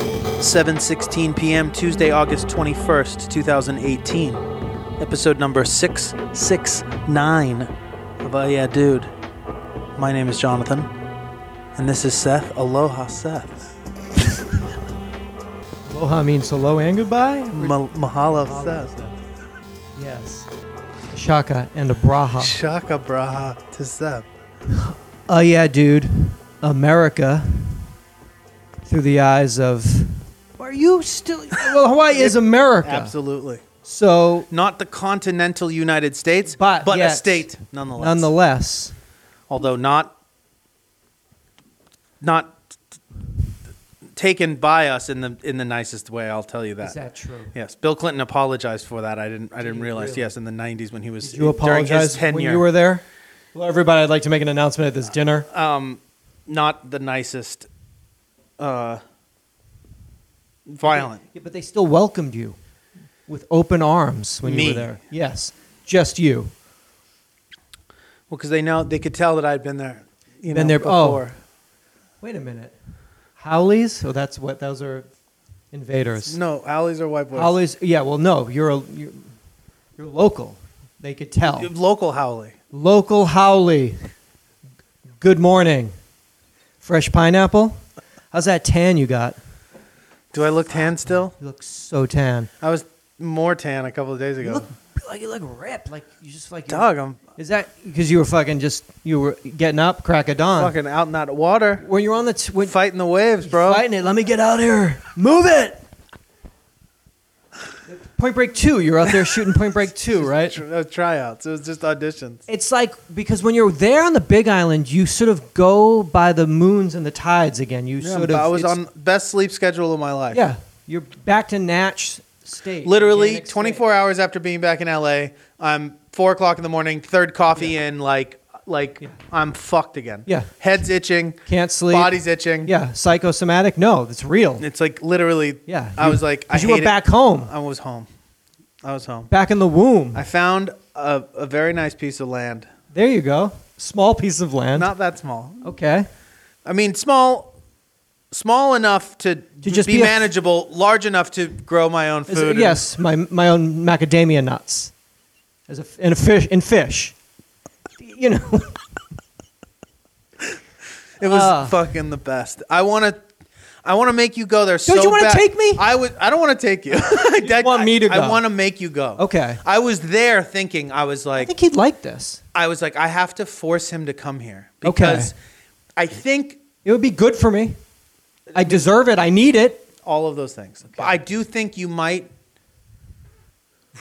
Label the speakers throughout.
Speaker 1: 7:16 p.m. Tuesday, August 21st, 2018. Episode number 669 of Oh Yeah Dude. My name is Jonathan, and this is Seth. Aloha, Seth.
Speaker 2: Aloha means hello and goodbye.
Speaker 1: Ma- mahalo, Seth.
Speaker 2: Yes. Shaka and a braha.
Speaker 1: Shaka braha to Seth.
Speaker 2: Oh yeah, dude. America through the eyes of Are you still Well, Hawaii is America.
Speaker 1: Absolutely.
Speaker 2: So
Speaker 1: Not the continental United States,
Speaker 2: But
Speaker 1: a
Speaker 2: yes.
Speaker 1: state nonetheless.
Speaker 2: nonetheless,
Speaker 1: although not not taken by us in the in the nicest way. I'll tell you that.
Speaker 2: is that true?
Speaker 1: Yes, Bill Clinton apologized for that. I didn't. I didn't realize.
Speaker 2: really?
Speaker 1: Yes, in the '90s when he was
Speaker 2: Did you
Speaker 1: during his
Speaker 2: apologize
Speaker 1: tenure,
Speaker 2: when you were there? Hello everybody, I'd like to make an announcement at this dinner.
Speaker 1: um, not the nicest, uh, violent.
Speaker 2: Yeah, but they still welcomed you with open arms when you
Speaker 1: Me.
Speaker 2: were there. Yes. Just you.
Speaker 1: Well, because they know they could tell that I'd been there. You
Speaker 2: Been
Speaker 1: know,
Speaker 2: there- oh.
Speaker 1: before.
Speaker 2: Wait a minute. Howleys? Oh, that's what those are invaders.
Speaker 1: No, alleys are white boys.
Speaker 2: Howleys? Yeah, well, no, you're a you're, you're local. They could tell.
Speaker 1: Local Howley.
Speaker 2: Local Howley. Good morning. Fresh pineapple? How's that tan you got?
Speaker 1: Do I look tan still?
Speaker 2: You look so tan.
Speaker 1: I was more tan a couple of days
Speaker 2: You
Speaker 1: ago.
Speaker 2: look like you look ripped. Like you just like
Speaker 1: Dog, I'm
Speaker 2: Is that because you were fucking just you were getting up, crack of dawn?
Speaker 1: fucking out and out of water,
Speaker 2: When you're on the t- when,
Speaker 1: fighting the waves, bro.
Speaker 2: Fighting it. Let me get out here. Move it. Point Break Two. You're out there shooting Point Break Two, right?
Speaker 1: Tr- uh, tryouts. It was just auditions.
Speaker 2: It's like because when you're there on the Big Island, you sort of go by the moons and the tides again. You
Speaker 1: Yeah,
Speaker 2: sort
Speaker 1: but
Speaker 2: of.
Speaker 1: I was
Speaker 2: it's-
Speaker 1: on best sleep schedule of my life.
Speaker 2: Yeah, you're back to Natch state.
Speaker 1: literally
Speaker 2: organic state.
Speaker 1: 24 hours after being back in LA, I'm four o'clock in the morning, third coffee in, like like I'm fucked again.
Speaker 2: Yeah.
Speaker 1: head's itching,
Speaker 2: Can't sleep.
Speaker 1: body's itching.
Speaker 2: Yeah, psychosomatic. No, that's real.
Speaker 1: it's like literally.
Speaker 2: Yeah,
Speaker 1: I
Speaker 2: you-
Speaker 1: was like, I
Speaker 2: 'cause you were
Speaker 1: hate it.
Speaker 2: back home,
Speaker 1: I was home. I was home.
Speaker 2: back in the womb.
Speaker 1: I found a, a very nice piece of land.
Speaker 2: there you go. Small piece of land.
Speaker 1: Not that small.
Speaker 2: okay.
Speaker 1: I mean, small, small enough to,
Speaker 2: just
Speaker 1: be,
Speaker 2: be a-
Speaker 1: manageable, large enough to grow my own
Speaker 2: As-
Speaker 1: food. and-
Speaker 2: yes, my my own macadamia nuts, as a f and a fish and fish, you know.
Speaker 1: It was
Speaker 2: Ah.
Speaker 1: fucking the best. I want to. I want to make you go there. Don't
Speaker 2: you wanna take me?
Speaker 1: I would. I don't want to take you. I I-
Speaker 2: want me to
Speaker 1: I
Speaker 2: go.
Speaker 1: want to make you go.
Speaker 2: Okay.
Speaker 1: I was there thinking. I was
Speaker 2: I
Speaker 1: like.
Speaker 2: think he'd like this.
Speaker 1: I was like. I have to force him to come here
Speaker 2: Okay.
Speaker 1: because I think
Speaker 2: It would be good for me. I deserve it. I need it.
Speaker 1: all of those things. But I do think you might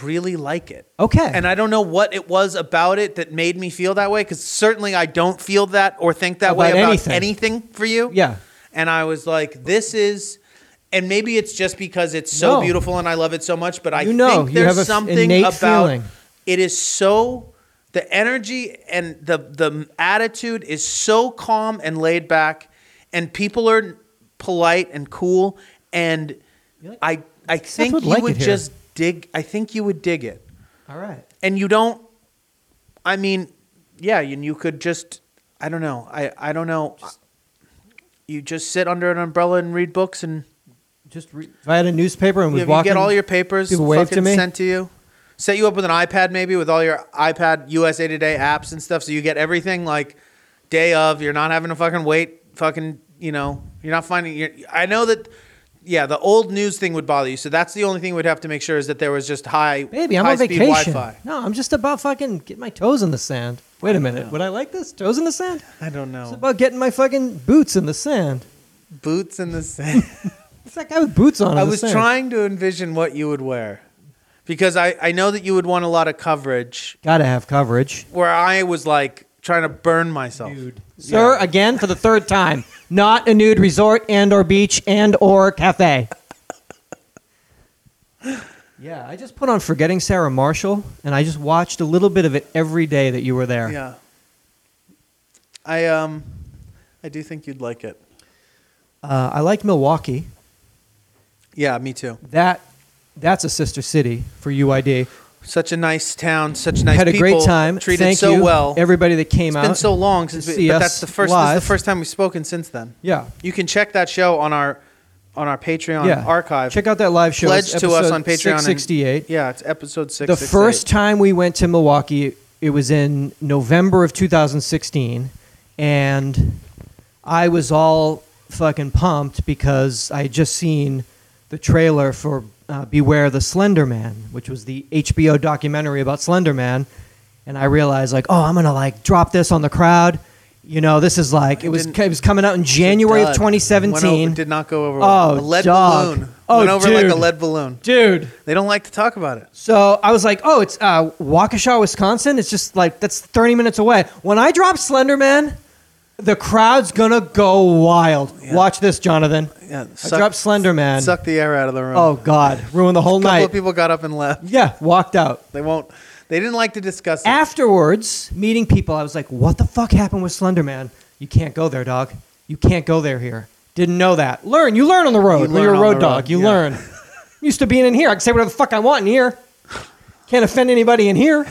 Speaker 1: really like it.
Speaker 2: Okay.
Speaker 1: And I don't know what it was about it that made me feel that way because certainly I don't feel that or think that way
Speaker 2: About
Speaker 1: about anything.
Speaker 2: anything.
Speaker 1: for you.
Speaker 2: Yeah.
Speaker 1: And I was like, this is, and maybe it's just because it's so
Speaker 2: No.
Speaker 1: beautiful and I love it so much, but I
Speaker 2: You know,
Speaker 1: think
Speaker 2: you
Speaker 1: there's
Speaker 2: have a f-
Speaker 1: something
Speaker 2: innate
Speaker 1: about
Speaker 2: feeling.
Speaker 1: it is so. The energy and the the attitude is so calm and laid back, and people are polite and cool, and I I think
Speaker 2: would
Speaker 1: you
Speaker 2: like
Speaker 1: would
Speaker 2: it here.
Speaker 1: just dig. I think you would dig it
Speaker 2: All right.
Speaker 1: and you don't i mean yeah and you could just i don't know i i don't know you just sit under an umbrella and read books and
Speaker 2: Just re- if I had a newspaper and was
Speaker 1: you
Speaker 2: walking,
Speaker 1: get all your papers
Speaker 2: people wave
Speaker 1: fucking
Speaker 2: to me?
Speaker 1: sent to you set you up with an ipad maybe with all your ipad usa today apps and stuff so you get everything like day of you're not having to fucking wait fucking you know you're not finding you're, i know that yeah, the old news thing would bother you. So that's the only thing we'd have to make sure is that there was just high,
Speaker 2: baby, I'm on
Speaker 1: high-speed
Speaker 2: vacation.
Speaker 1: Wi-Fi.
Speaker 2: No, I'm just about fucking get my toes in the sand. Wait a minute. Would I like this? Toes in the sand?
Speaker 1: I don't know.
Speaker 2: It's about getting my fucking boots in the sand.
Speaker 1: Boots in the sand.
Speaker 2: It's that guy with boots on. in
Speaker 1: I
Speaker 2: the
Speaker 1: was
Speaker 2: sand.
Speaker 1: trying to envision what you would wear because I, I know that you would want a lot of coverage
Speaker 2: Gotta have coverage.
Speaker 1: where I was like trying to burn myself.
Speaker 2: Sir,
Speaker 1: Yeah.
Speaker 2: again for the third time, not a nude resort and or beach and or cafe. yeah, I just put on Forgetting Sarah Marshall and I just watched a little bit of it every day that you were there.
Speaker 1: Yeah. I um I do think you'd like it.
Speaker 2: Uh, I liked Milwaukee.
Speaker 1: Yeah, me too.
Speaker 2: That that's a sister city for UID.
Speaker 1: Such a nice town, such nice
Speaker 2: Had a
Speaker 1: people.
Speaker 2: great time.
Speaker 1: Treated
Speaker 2: Thank
Speaker 1: so
Speaker 2: you,
Speaker 1: well.
Speaker 2: Everybody that came
Speaker 1: it's
Speaker 2: out.
Speaker 1: been so long since
Speaker 2: to
Speaker 1: we,
Speaker 2: see
Speaker 1: but
Speaker 2: us
Speaker 1: that's the first this is the
Speaker 2: live.
Speaker 1: first time we've spoken since then.
Speaker 2: yeah.
Speaker 1: You can check that show on our on our Patreon
Speaker 2: yeah.
Speaker 1: archive.
Speaker 2: Check out that live show.
Speaker 1: Pledge
Speaker 2: It's
Speaker 1: to us
Speaker 2: episode
Speaker 1: on Patreon and-
Speaker 2: 668.
Speaker 1: yeah, it's episode six.
Speaker 2: the first time we went to Milwaukee, it was in November of 2016, and I was all fucking pumped because I had just seen the trailer for uh, Beware the Slender Man, which was the HBO documentary about Slender Man, and I realized like, oh, I'm gonna like drop this on the crowd. You know, this is like it was.
Speaker 1: didn't-
Speaker 2: It was coming out in January of 2017.
Speaker 1: did not go over.
Speaker 2: Oh,
Speaker 1: a lead
Speaker 2: dog.
Speaker 1: balloon.
Speaker 2: Oh,
Speaker 1: went over like
Speaker 2: dude.
Speaker 1: a lead balloon.
Speaker 2: Dude,
Speaker 1: They don't like to talk about it.
Speaker 2: So I was like, oh, it's uh, Waukesha, Wisconsin. It's just like, that's 30 minutes away. When I drop Slenderman, the crowd's going to go wild. Watch this, Jonathan.
Speaker 1: Yeah,
Speaker 2: I dropped Slenderman.
Speaker 1: Suck the air out of the room.
Speaker 2: Oh, God. Ruined the whole
Speaker 1: a couple
Speaker 2: night.
Speaker 1: of people got up and left.
Speaker 2: Yeah, walked out.
Speaker 1: They won't. They didn't like to discuss it.
Speaker 2: Afterwards, meeting people, I was like, what the fuck happened with Slenderman? You can't go there, dog. You can't go there here. Didn't know that. Learn. You learn on the road.
Speaker 1: You
Speaker 2: when you're
Speaker 1: learn
Speaker 2: a
Speaker 1: on
Speaker 2: road
Speaker 1: the
Speaker 2: dog,
Speaker 1: road,
Speaker 2: you
Speaker 1: yeah.
Speaker 2: learn. I'm used to being in here. I can say whatever the fuck I want in here. Can't offend anybody in here.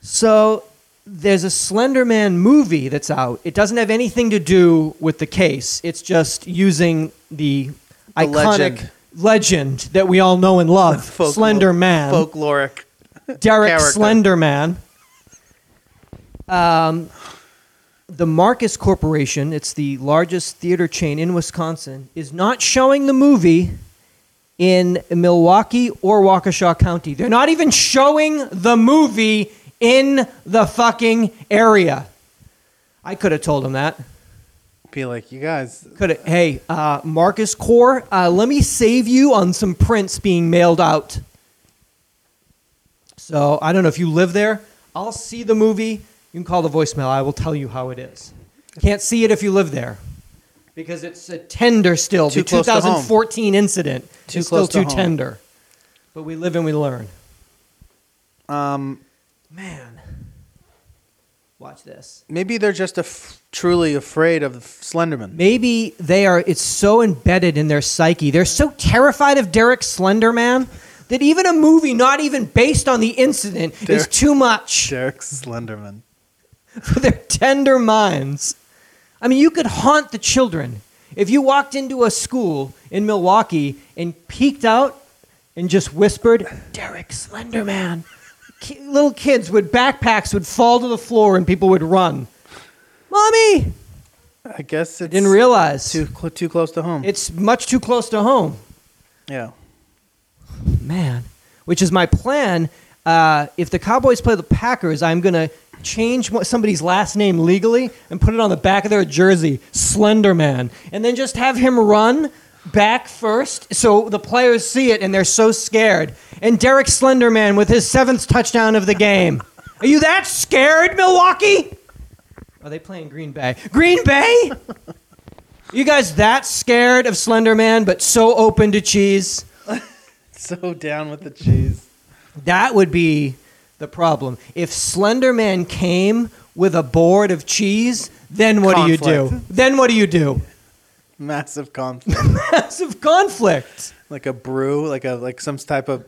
Speaker 2: So there's a Slenderman movie that's out. It doesn't have anything to do with the case. It's just using the, iconic
Speaker 1: legend.
Speaker 2: legend. that we all know and love,
Speaker 1: Folklore-
Speaker 2: Slender Man.
Speaker 1: Folkloric.
Speaker 2: Derek
Speaker 1: character.
Speaker 2: Slenderman. Um, the Marcus Corporation, it's the largest theater chain in Wisconsin, is not showing the movie in Milwaukee or Waukesha County. They're not even showing the movie in the fucking area. I could have told them that.
Speaker 1: Be like, you guys.
Speaker 2: Could have. Hey, uh, Marcus Core, uh, let me save you on some prints being mailed out. So I don't know if you live there. I'll see the movie. You can call the voicemail. I will tell you how it is. Can't see it if you live there because it's a tender still.
Speaker 1: Too
Speaker 2: the
Speaker 1: close to home.
Speaker 2: 2014 incident
Speaker 1: Too
Speaker 2: is
Speaker 1: close
Speaker 2: still
Speaker 1: to
Speaker 2: too
Speaker 1: home.
Speaker 2: tender. But we live and we learn.
Speaker 1: Um,
Speaker 2: Man, watch this.
Speaker 1: maybe they're just af- truly afraid of Slenderman.
Speaker 2: Maybe they are. It's so embedded in their psyche. They're so terrified of Derek Slenderman that even a movie not even based on the incident is
Speaker 1: Derek-
Speaker 2: too much
Speaker 1: Derek Slenderman.
Speaker 2: for their tender minds. I mean, you could haunt the children if you walked into a school in Milwaukee and peeked out and just whispered, "Derek Slenderman." Ki- little kids would backpacks would fall to the floor and people would run. Mommy
Speaker 1: I guess it's
Speaker 2: didn't realize.
Speaker 1: too cl- too close to home.
Speaker 2: It's much too close to home,
Speaker 1: yeah.
Speaker 2: man. Which is my plan. Uh, if the Cowboys play the Packers, I'm gonna change mo- somebody's last name legally and put it on the back of their jersey, Slenderman, and then just have him run back first, so the players see it and they're so scared. And Derek Slenderman with his seventh touchdown of the game. Are you that scared, Milwaukee? Are they playing Green Bay? Green Bay? You guys that scared of Slender Man, but so open to cheese?
Speaker 1: So down with the cheese.
Speaker 2: That would be the problem. If Slender Man came with a board of cheese, then what do you do?
Speaker 1: Conflict.
Speaker 2: Then what do you do?
Speaker 1: Massive conflict.
Speaker 2: Massive conflict.
Speaker 1: like a brew, like a like some type of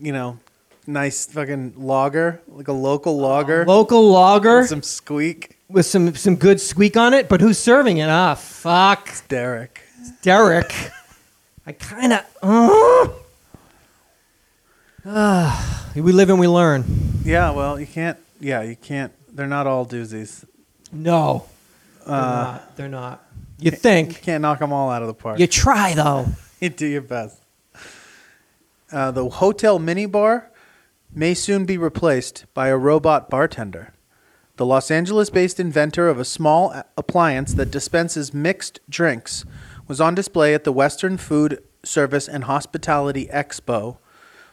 Speaker 1: you know, nice fucking lager, like a local lager.
Speaker 2: Local lager
Speaker 1: with some squeak.
Speaker 2: with some some good squeak on it, but who's serving it? Ah, fuck,
Speaker 1: Derek.
Speaker 2: Derek. I kind of. we live and we learn.
Speaker 1: Yeah, well, you can't. Yeah, you can't. They're not all doozies.
Speaker 2: No,
Speaker 1: Uh,
Speaker 2: they're not. They're not. You think?
Speaker 1: You can't knock them all out of the park.
Speaker 2: You try though.
Speaker 1: You do your best. Uh, the hotel minibar may soon be replaced by a robot bartender. The Los Angeles based inventor of a small a- appliance that dispenses mixed drinks was on display at the Western Food Service and Hospitality Expo.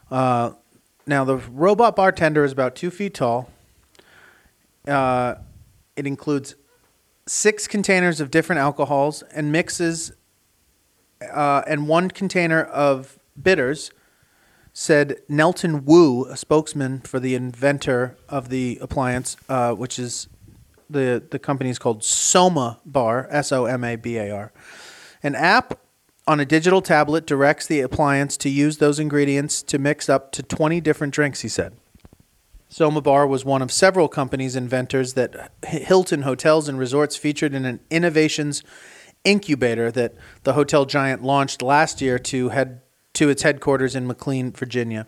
Speaker 1: Uh, now, the robot bartender is about two feet tall. Uh, it includes six containers of different alcohols and mixes uh, and one container of bitters, said Nelton Wu, a spokesman for the inventor of the appliance, uh, which is the the company is called Soma Bar, S O M A B A R, an app on a digital tablet directs the appliance to use those ingredients to mix up to 20 different drinks, he said. Soma Bar was one of several companies' inventors that H- Hilton Hotels and Resorts featured in an innovations incubator that the hotel giant launched last year to head to its headquarters in McLean, Virginia.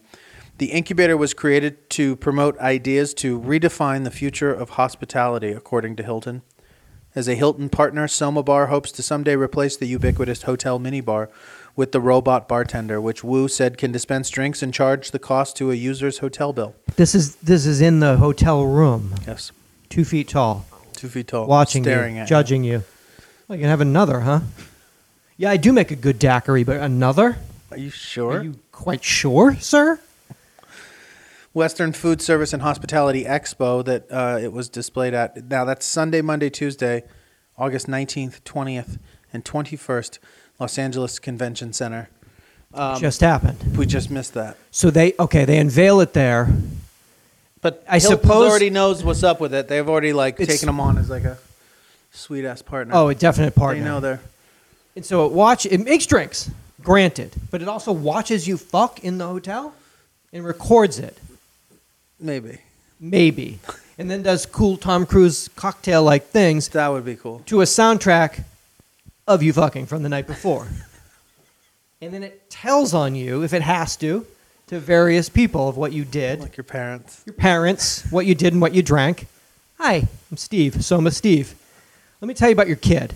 Speaker 1: The incubator was created to promote ideas to redefine the future of hospitality, according to Hilton. As a Hilton partner, Soma Bar hopes to someday replace the ubiquitous hotel minibar with the robot bartender, which Wu said can dispense drinks and charge the cost to a user's hotel bill.
Speaker 2: This is this is in the hotel room,
Speaker 1: Yes,
Speaker 2: two feet tall,
Speaker 1: two feet tall,
Speaker 2: watching
Speaker 1: staring
Speaker 2: you,
Speaker 1: at
Speaker 2: judging you. Well, you can have another, huh? Yeah, I do make a good daiquiri, but another?
Speaker 1: You. Are you sure?
Speaker 2: Are you quite sure, sir?
Speaker 1: Western Food Service and Hospitality Expo that uh, it was displayed at. Now that's Sunday, Monday, Tuesday, August nineteenth, twentieth, and twenty-first, Los Angeles Convention Center. Um,
Speaker 2: Just happened.
Speaker 1: we just missed that,
Speaker 2: So they okay, they unveil it there.
Speaker 1: but
Speaker 2: I
Speaker 1: Hilton's
Speaker 2: suppose-
Speaker 1: already knows what's up with it. They've already like
Speaker 2: It's-
Speaker 1: taken him on as like a sweet ass partner.
Speaker 2: Oh, a definite
Speaker 1: they
Speaker 2: partner.
Speaker 1: know they're
Speaker 2: And so it watch it makes drinks, granted, but it also watches you fuck in the hotel and records it,
Speaker 1: maybe
Speaker 2: maybe, and then does cool Tom Cruise cocktail like things
Speaker 1: that would be cool.
Speaker 2: to a soundtrack of you fucking from the night before. and then it tells on you if it has to to various people of what you did,
Speaker 1: Like your parents.
Speaker 2: your parents, what you did and what you drank. Hi, I'm Steve. Soma Steve. Let me tell you about your kid.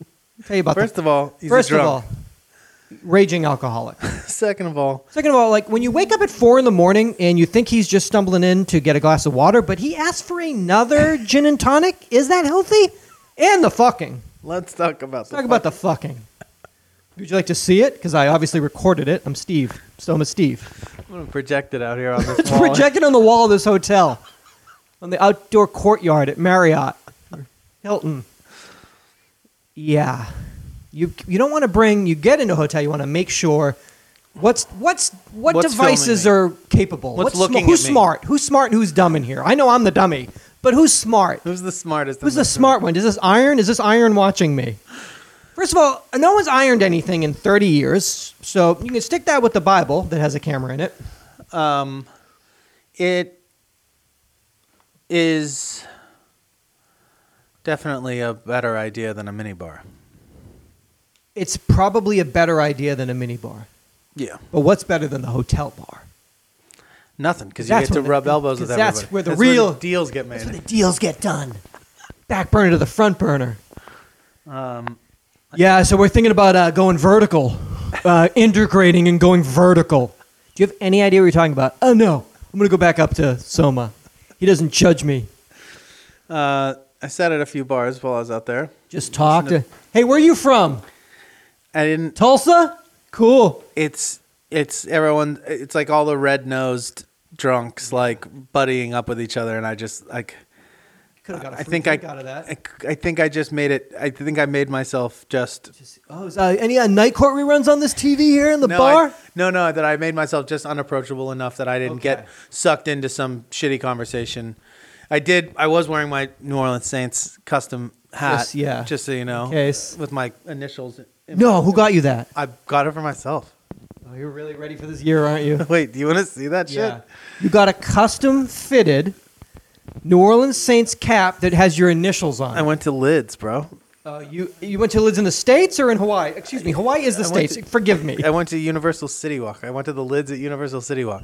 Speaker 2: Let me tell you about the
Speaker 1: First of all, he's
Speaker 2: First
Speaker 1: a drunk.
Speaker 2: of all, raging alcoholic.
Speaker 1: second of all,
Speaker 2: Second of all, like when you wake up at four in the morning and you think he's just stumbling in to get a glass of water, but he asked for another gin and tonic. Is that healthy? And the fucking.
Speaker 1: let's talk about
Speaker 2: Let's talk about the fucking. Would you like to see it? Because I obviously recorded it. I'm Steve. Stoma Steve.
Speaker 1: I'm gonna project it out here on this
Speaker 2: It's
Speaker 1: wall.
Speaker 2: projected on the wall of this hotel, on the outdoor courtyard at Marriott, Hilton. Yeah, you you don't want to bring. You get into a hotel, you want to make sure what's what's what
Speaker 1: What's
Speaker 2: devices
Speaker 1: filming
Speaker 2: are capable.
Speaker 1: What's
Speaker 2: sma-
Speaker 1: looking
Speaker 2: who's
Speaker 1: at me?
Speaker 2: smart? Who's smart? and Who's dumb in here? I know I'm the dummy, but who's smart?
Speaker 1: Who's the smartest? in
Speaker 2: Who's the
Speaker 1: this room?
Speaker 2: smart one? Is this iron? Is this iron watching me? First of all, no one's ironed anything in 30 years, so you can stick that with the Bible that has a camera in it.
Speaker 1: um, it is definitely a better idea than a minibar.
Speaker 2: It's probably a better idea than a mini bar.
Speaker 1: Yeah,
Speaker 2: But what's better than the hotel bar?
Speaker 1: nothing because you
Speaker 2: That's
Speaker 1: get to
Speaker 2: what the-
Speaker 1: rub elbows with
Speaker 2: 'cause that's
Speaker 1: everybody.
Speaker 2: where the real-
Speaker 1: deals get made.
Speaker 2: The deals get done. Back burner to the front burner.
Speaker 1: um,
Speaker 2: Yeah, so we're thinking about uh, going vertical, uh, integrating and going vertical. Do you have any idea what you're talking about? Oh, no. I'm going to go back up to Soma. He doesn't judge me.
Speaker 1: uh, I sat at a few bars while I was out there.
Speaker 2: Just talk to. Hey, where are you from?
Speaker 1: I didn't.
Speaker 2: Tulsa? Cool.
Speaker 1: It's it's everyone. It's like all the red nosed drunks like buddying up with each other, and I just like.
Speaker 2: Could have got a
Speaker 1: I
Speaker 2: free
Speaker 1: think I,
Speaker 2: drink out of that.
Speaker 1: I I think I just made it. I think I made myself just
Speaker 2: Just- oh, is, uh, any uh, night court reruns on this TV here in the
Speaker 1: no,
Speaker 2: bar?
Speaker 1: I, no, no, that I made myself just unapproachable enough that I didn't
Speaker 2: Okay.
Speaker 1: get sucked into some shitty conversation. I did. I was wearing my New Orleans Saints custom hat.
Speaker 2: Just- yeah.
Speaker 1: Just so you know,
Speaker 2: case.
Speaker 1: with my initials. in-
Speaker 2: no, who got you that?
Speaker 1: I got it for myself.
Speaker 2: Oh, you're really ready for this year, aren't you?
Speaker 1: Wait, do you want to see that shit?
Speaker 2: You got a custom fitted New Orleans Saints cap that has your initials on.
Speaker 1: I
Speaker 2: it.
Speaker 1: went to Lids, bro.
Speaker 2: Uh, you you went to lids in the states or in Hawaii? Excuse me, Hawaii is the
Speaker 1: I went
Speaker 2: states. Forgive me.
Speaker 1: I went to Universal City Walk. I went to the lids at Universal City Walk.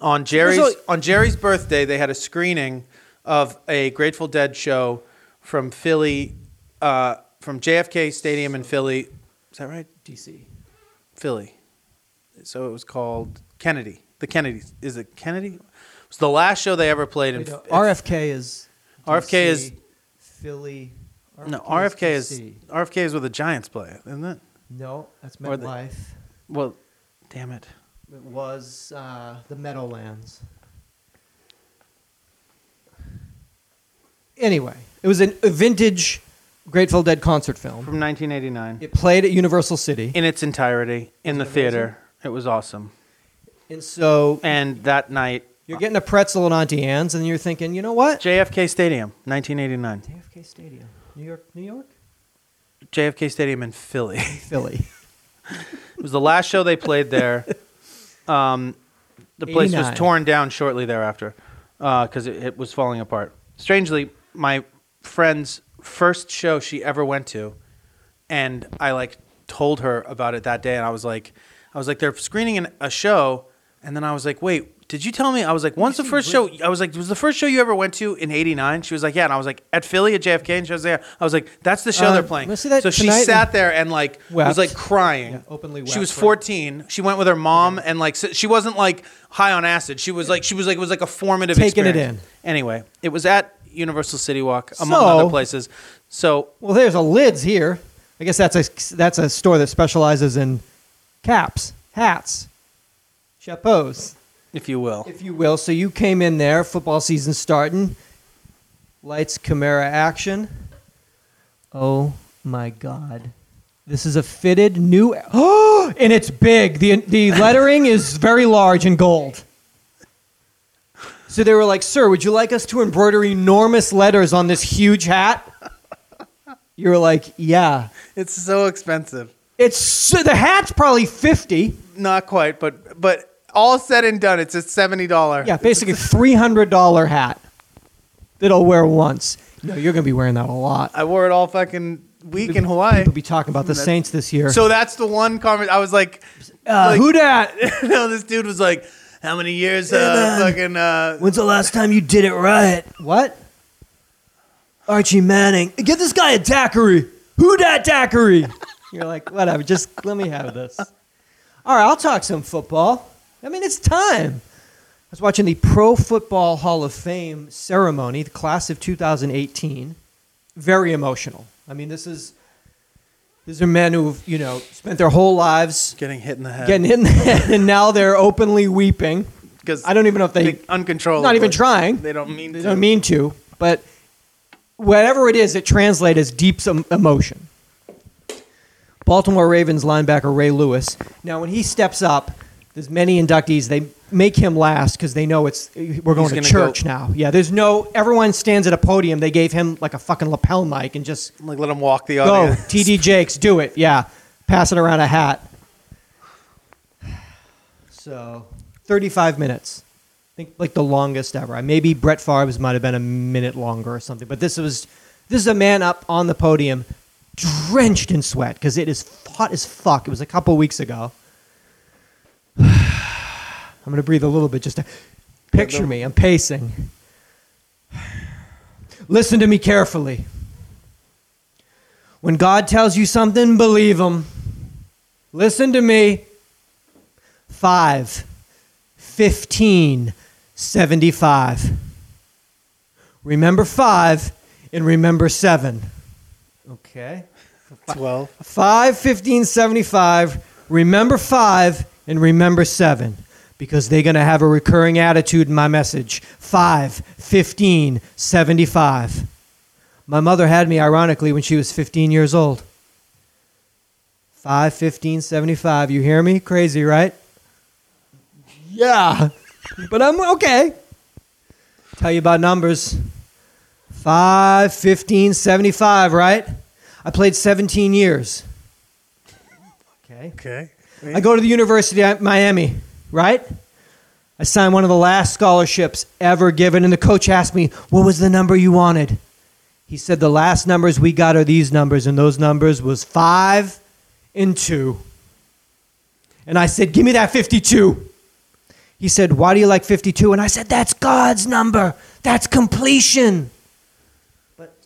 Speaker 1: On Jerry's
Speaker 2: Universal-
Speaker 1: on Jerry's birthday, they had a screening of a Grateful Dead show from Philly, uh, from JFK Stadium in Philly. Is that right?
Speaker 2: DC.
Speaker 1: Philly. So it was called Kennedy. The Kennedys. Is it Kennedy? It was the last show they ever played in
Speaker 2: uh, RFK is.
Speaker 1: RFK is-
Speaker 2: DC, Philly.
Speaker 1: No, RFK is
Speaker 2: DC.
Speaker 1: RFK is where the Giants play, isn't it?
Speaker 2: No, that's
Speaker 1: Or the-
Speaker 2: MetLife.
Speaker 1: Well, damn it.
Speaker 2: It was uh, the Meadowlands. Anyway, it was an, a vintage Grateful Dead concert film.
Speaker 1: From 1989.
Speaker 2: It played at Universal City,
Speaker 1: in its entirety in the
Speaker 2: it amazing?
Speaker 1: theater. It was awesome.
Speaker 2: and so
Speaker 1: And that night,
Speaker 2: you're getting a pretzel at Auntie Anne's, and you're thinking, you know what?
Speaker 1: JFK Stadium, 1989.
Speaker 2: JFK Stadium, New York, New York,
Speaker 1: JFK Stadium in Philly.
Speaker 2: Philly.
Speaker 1: It was the last show they played there. Um, the place was
Speaker 2: 89.
Speaker 1: torn down shortly thereafter because it, it was falling apart. Strangely, my friend's first show she ever went to, and I like told her about it that day, and I was like, I was like, they're screening an, a show, and then I was like, wait, did you tell me? I was like, once the first show, I was like, was the first show you ever went to in '89? She was like, yeah, and I was like, at Philly at JFK, and she was there. I was like, that's the show
Speaker 2: Uh,
Speaker 1: they're playing.
Speaker 2: let's see that
Speaker 1: so she
Speaker 2: tonight.
Speaker 1: sat there and like was
Speaker 2: Wept.
Speaker 1: like crying.
Speaker 2: Yeah, openly
Speaker 1: She
Speaker 2: wept,
Speaker 1: was
Speaker 2: right.
Speaker 1: 14. She went with her mom and like so- she wasn't like high on acid. She was like she was like it was like a formative
Speaker 2: Taking it
Speaker 1: experience. Anyway, it was at Universal City Walk among
Speaker 2: So-
Speaker 1: other places. So
Speaker 2: Well, there's a lids here. I guess that's a that's a store that specializes in caps, hats, chapeaus,
Speaker 1: if you will.
Speaker 2: if you will. So you came in there, football season starting, lights, camera, action. Oh my God. This is a fitted new. Oh, and it's big. The, the lettering is very large in gold. So they were like, Sir, would you like us to embroider enormous letters on this huge hat? You were like, Yeah.
Speaker 1: It's so expensive.
Speaker 2: It's so the hat's probably 50.
Speaker 1: Not quite, but but all said and done, it's a seventy dollar.
Speaker 2: Yeah, basically three hundred dollar hat that I'll wear once. No, you're gonna be wearing that a lot.
Speaker 1: I wore it all fucking week in Hawaii.
Speaker 2: People be talking about the
Speaker 1: That's-
Speaker 2: Saints this year.
Speaker 1: So that's the one comment I was like,
Speaker 2: uh,
Speaker 1: like-
Speaker 2: who dat?
Speaker 1: no, this dude was like, how many years uh, fucking uh,
Speaker 2: When's the last time you did it right? What? Archie Manning, give this guy a daiquiri. Who dat daiquiri? You're like, whatever. Just let me have this. All right, I'll talk some football. I mean, it's time. I was watching the Pro Football Hall of Fame ceremony, the class of 2018. Very emotional. I mean, this is these are men who've you know spent their whole lives
Speaker 1: getting hit in the head?
Speaker 2: getting in the head, and now they're openly weeping.
Speaker 1: because
Speaker 2: I don't even know if they
Speaker 1: They- uncontrollable.
Speaker 2: not even trying.
Speaker 1: They don't mean.
Speaker 2: They
Speaker 1: to.
Speaker 2: don't mean to, but whatever it is, it translates as deep some emotion. Baltimore Ravens linebacker Ray Lewis. Now, when he steps up, there's many inductees. They make him last because they know it's we're going to
Speaker 1: gonna
Speaker 2: church
Speaker 1: go-
Speaker 2: now. Yeah, there's no everyone stands at a podium. They gave him like a fucking lapel mic and just
Speaker 1: like let them walk the
Speaker 2: Go,
Speaker 1: audience.
Speaker 2: TD Jakes, do it. Yeah, passing around a hat. So, 35 minutes. I think like the longest ever. I- Maybe Brett Favre's might have been a minute longer or something. But this was this is a man up on the podium, drenched in sweat because it is hot as fuck. It was a couple weeks ago. I'm gonna breathe a little bit just to picture me. I'm pacing. Listen to me carefully. When God tells you something, believe Him. Listen to me. 5, 15, 75. Remember 5 and remember 7. Okay.
Speaker 1: Twelve.
Speaker 2: 5, 15, 75. Remember 5 and remember 7 because they're going to have a recurring attitude in my message. 5, 15, 75. My mother had me, ironically, when she was 15 years old. 5, 15, 75. You hear me? Crazy, right? Yeah. but I'm okay. Tell you about numbers. 5, 15, 75, right? I played 17 years. Okay.
Speaker 1: Okay.
Speaker 2: I go to the University of Miami, right? I signed one of the last scholarships ever given, and the coach asked me, What was the number you wanted? He said, The last numbers we got are these numbers, and those numbers was five and two. And I said, Give me that 52. He said, Why do you like 52? And I said, That's God's number, that's completion.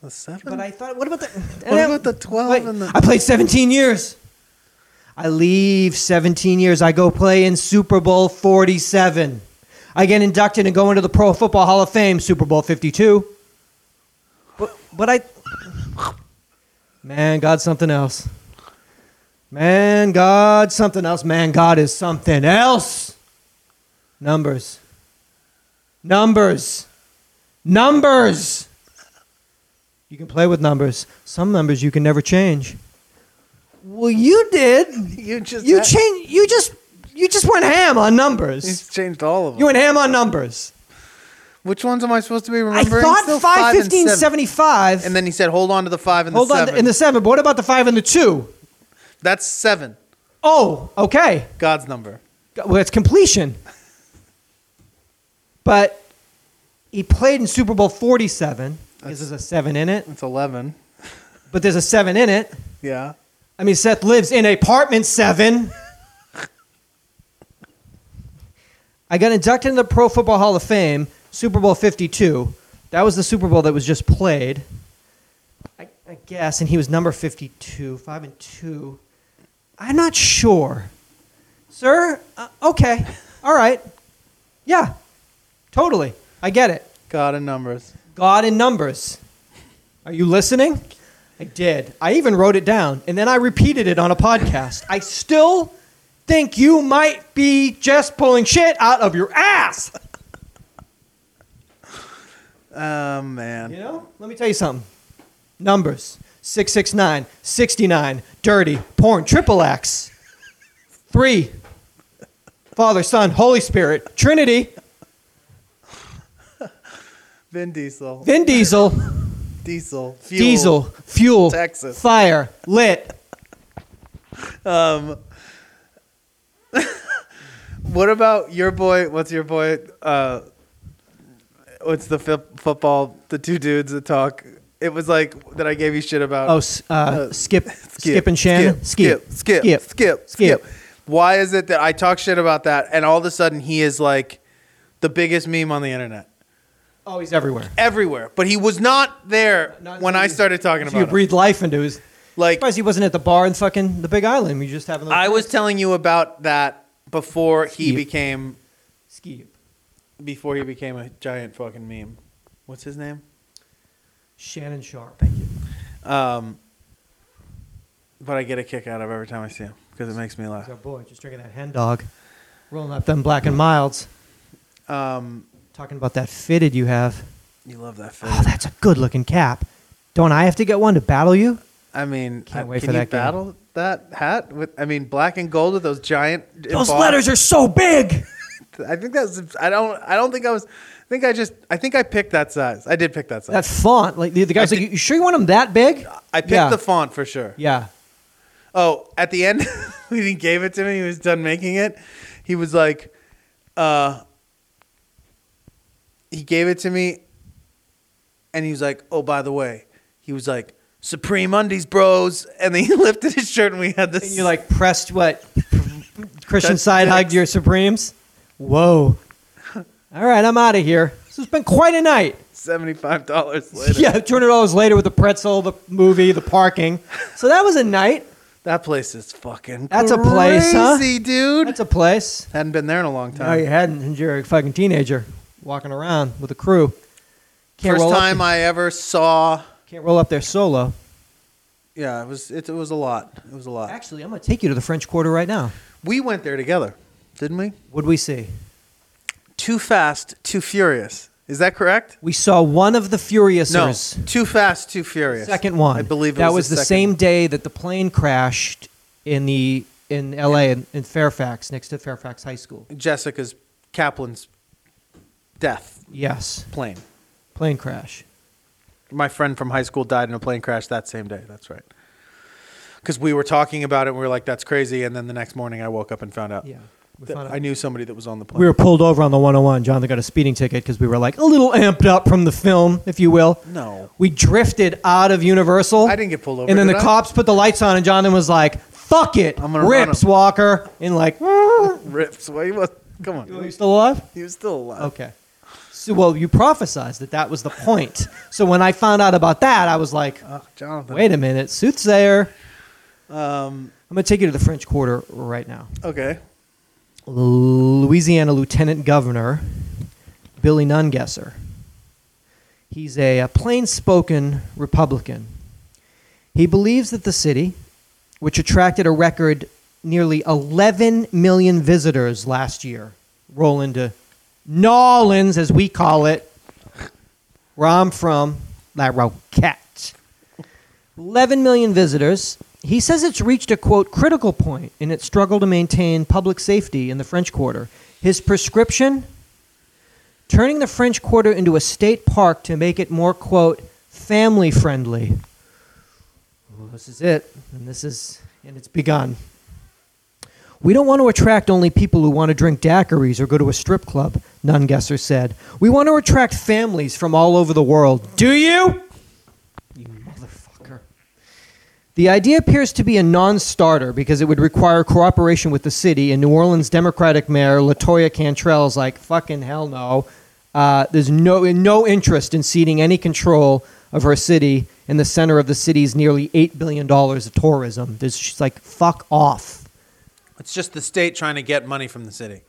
Speaker 1: The seven.
Speaker 2: But I thought, what about the?
Speaker 1: What about the 12
Speaker 2: Wait,
Speaker 1: and the-
Speaker 2: I played 17 years. I leave 17 years. I go play in Super Bowl 47. I get inducted and go into the Pro Football Hall of Fame, Super Bowl 52. But, but I, man, God's something else. Man, God, something else. Man, God is something else. Numbers. Numbers. Numbers. You can play with numbers. Some numbers you can never change. Well, you did.
Speaker 1: you just
Speaker 2: You
Speaker 1: that-
Speaker 2: change. You just. You just went ham on
Speaker 1: you
Speaker 2: numbers.
Speaker 1: changed all of them.
Speaker 2: You went ham on numbers.
Speaker 1: Which ones am I supposed to be
Speaker 2: I
Speaker 1: remembering? Still
Speaker 2: thought five,
Speaker 1: and
Speaker 2: fifteen,
Speaker 1: seven.
Speaker 2: seventy-five.
Speaker 1: And then he said, "Hold on to the five and
Speaker 2: Hold
Speaker 1: the
Speaker 2: on,
Speaker 1: seven.
Speaker 2: in the seven. But what about the five and the two?
Speaker 1: That's seven.
Speaker 2: Oh, okay.
Speaker 1: God's number.
Speaker 2: Well, it's completion. But he played in Super Bowl 47. This is a seven in it,
Speaker 1: It's 11.
Speaker 2: but there's a seven in it.
Speaker 1: Yeah.
Speaker 2: I mean, Seth lives in apartment seven. I got inducted into the Pro Football Hall of Fame, Super Bowl 52. That was the Super Bowl that was just played, I, I guess, and he was number 52, 5 and 2. I'm not sure. Sir? Uh, okay. All right. Yeah. Totally. I get it.
Speaker 1: God in numbers.
Speaker 2: God in numbers. Are you listening? I did. I even wrote it down and then I repeated it on a podcast. I still think you might be just pulling shit out of your ass.
Speaker 1: Oh, man.
Speaker 2: You know? Let me tell you something. Numbers 669, 69, dirty, porn, triple X, three, Father, Son, Holy Spirit, Trinity,
Speaker 1: Vin Diesel.
Speaker 2: Vin Diesel,
Speaker 1: Diesel. Fuel.
Speaker 2: Diesel, fuel,
Speaker 1: Texas.
Speaker 2: fire, lit.
Speaker 1: Um, what about your boy? What's your boy? Uh, what's the fi- football? The two dudes that talk. It was like that I gave you shit about.
Speaker 2: Oh, s- uh, skip, skip, and Shannon,
Speaker 1: Skip, skip, skip, skip,
Speaker 2: skip.
Speaker 1: skip. Why is it that I talk shit about that and all of a sudden he is like the biggest meme on the internet?
Speaker 2: Oh, he's everywhere.
Speaker 1: Everywhere. But he was not there
Speaker 2: Not
Speaker 1: when
Speaker 2: until
Speaker 1: I
Speaker 2: you-
Speaker 1: started talking
Speaker 2: So you
Speaker 1: about it.
Speaker 2: breathe life into his.
Speaker 1: Like-
Speaker 2: surprised he wasn't at the bar in fucking the Big Island. We just having. a
Speaker 1: I
Speaker 2: little-
Speaker 1: was telling you about that before he
Speaker 2: Skip.
Speaker 1: became
Speaker 2: ski.
Speaker 1: before he became a giant fucking meme. What's his name?
Speaker 2: Shannon Sharp. Thank you.
Speaker 1: Um, but I get a kick out of every time I see him because it makes me laugh.
Speaker 2: He's our boy, just drinking that hen dog, rolling up them black and milds,
Speaker 1: Um,
Speaker 2: talking about that fitted you have.
Speaker 1: you love that fit.
Speaker 2: Oh, that's a good looking cap. Don't I have to get one to battle you?
Speaker 1: I mean,
Speaker 2: Can't
Speaker 1: I-
Speaker 2: wait
Speaker 1: can
Speaker 2: for
Speaker 1: you
Speaker 2: that game.
Speaker 1: battle that hat with? I mean, black and gold with those giant.
Speaker 2: Those letters are so big.
Speaker 1: I think that's. I don't. I don't think I was. I think I just. I think I picked that size. I did pick that size.
Speaker 2: That font, like the, the guy's
Speaker 1: I
Speaker 2: like,
Speaker 1: did-
Speaker 2: "You sure you want them that big?"
Speaker 1: I picked
Speaker 2: yeah.
Speaker 1: the font for sure.
Speaker 2: yeah.
Speaker 1: Oh, at the end, when he gave it to me, he was done making it. He was like, uh, he gave it to me, and he was like, oh, by the way, he was like, Supreme Undies, bros. And then he lifted his shirt, and we had this.
Speaker 2: And you like pressed what? Christian
Speaker 1: That's
Speaker 2: side hugged
Speaker 1: next.
Speaker 2: your Supremes? Whoa. All right, I'm out of here. This has been quite a night.
Speaker 1: seventy-five dollars later.
Speaker 2: Yeah, $200 later with the pretzel, the movie, the parking. So that was a night.
Speaker 1: that place is fucking.
Speaker 2: That's a place, huh?
Speaker 1: crazy, dude.
Speaker 2: That's a Oh, place.
Speaker 1: Hadn't been there in a long
Speaker 2: No,
Speaker 1: time.
Speaker 2: you hadn't since you were a fucking teenager walking around with a crew. Can't
Speaker 1: First
Speaker 2: roll
Speaker 1: time
Speaker 2: Up,
Speaker 1: I ever saw.
Speaker 2: can't roll up there solo.
Speaker 1: Yeah, it was. It, it was a lot. It was a lot.
Speaker 2: Actually, I'm going to take you to the French Quarter right now.
Speaker 1: we went there together, didn't we?
Speaker 2: What'd we see?
Speaker 1: Too fast, too furious. Is that correct?
Speaker 2: We saw one of the
Speaker 1: No,
Speaker 2: Furiousers.
Speaker 1: too fast, too furious.
Speaker 2: Second one.
Speaker 1: I believe it
Speaker 2: that
Speaker 1: was
Speaker 2: was
Speaker 1: the
Speaker 2: the,
Speaker 1: second-
Speaker 2: same day that the plane crashed in the in L.A. in, in Fairfax, next to Fairfax High School.
Speaker 1: Jessica's Kaplan's death
Speaker 2: Yes,
Speaker 1: plane.
Speaker 2: plane crash.
Speaker 1: My friend from high school died in a plane crash that same day. That's right. Because we were talking about it, and we were like, "That's crazy." And then the next morning, I woke up and found out.
Speaker 2: Yeah, we
Speaker 1: that
Speaker 2: found out.
Speaker 1: Uh, I knew somebody that was on the plane.
Speaker 2: We were pulled over on the 101. Jonathan got a speeding ticket because we were like a little amped up from the film, if you will.
Speaker 1: No.
Speaker 2: We drifted out of Universal.
Speaker 1: I didn't get pulled over,
Speaker 2: And then
Speaker 1: did
Speaker 2: the
Speaker 1: I?
Speaker 2: cops put the lights on, and Jonathan was like, "Fuck it,
Speaker 1: I'm gonna run
Speaker 2: rips
Speaker 1: 'em."
Speaker 2: Walker," and like, "Are
Speaker 1: Rips. Why you was? Come on.
Speaker 2: you still alive?"
Speaker 1: He was still alive.
Speaker 2: Okay. So, well, you prophesized that that was the point. so when I found out about that, I was like,
Speaker 1: Oh, Jonathan.
Speaker 2: wait a minute, soothsayer.
Speaker 1: Um.
Speaker 2: I'm going to take you to the French Quarter right now.
Speaker 1: Okay.
Speaker 2: Louisiana Lieutenant Governor Billy Nungesser. He's a, a plain spoken Republican. He believes that the city, which attracted a record nearly 11 million visitors last year, roll into Nawlins, as we call it, where I'm from, La Roquette. 11 million visitors. He says it's reached a quote critical point in its struggle to maintain public safety in the French Quarter. His prescription turning the French Quarter into a state park to make it more quote family friendly. Well, this is it, and this is and it's begun. We don't want to attract only people who want to drink daiquiris or go to a strip club, Nungesser said. We want to attract families from all over the world. Do you? You motherfucker. The idea appears to be a non starter because it would require cooperation with the city, and New Orleans Democratic Mayor Latoya Cantrell's like, fucking hell no. Uh, there's no, no interest in ceding any control of her city in the center of the city's nearly $8 billion of tourism. There's, she's like, fuck off.
Speaker 1: It's just the state trying to get money from the city.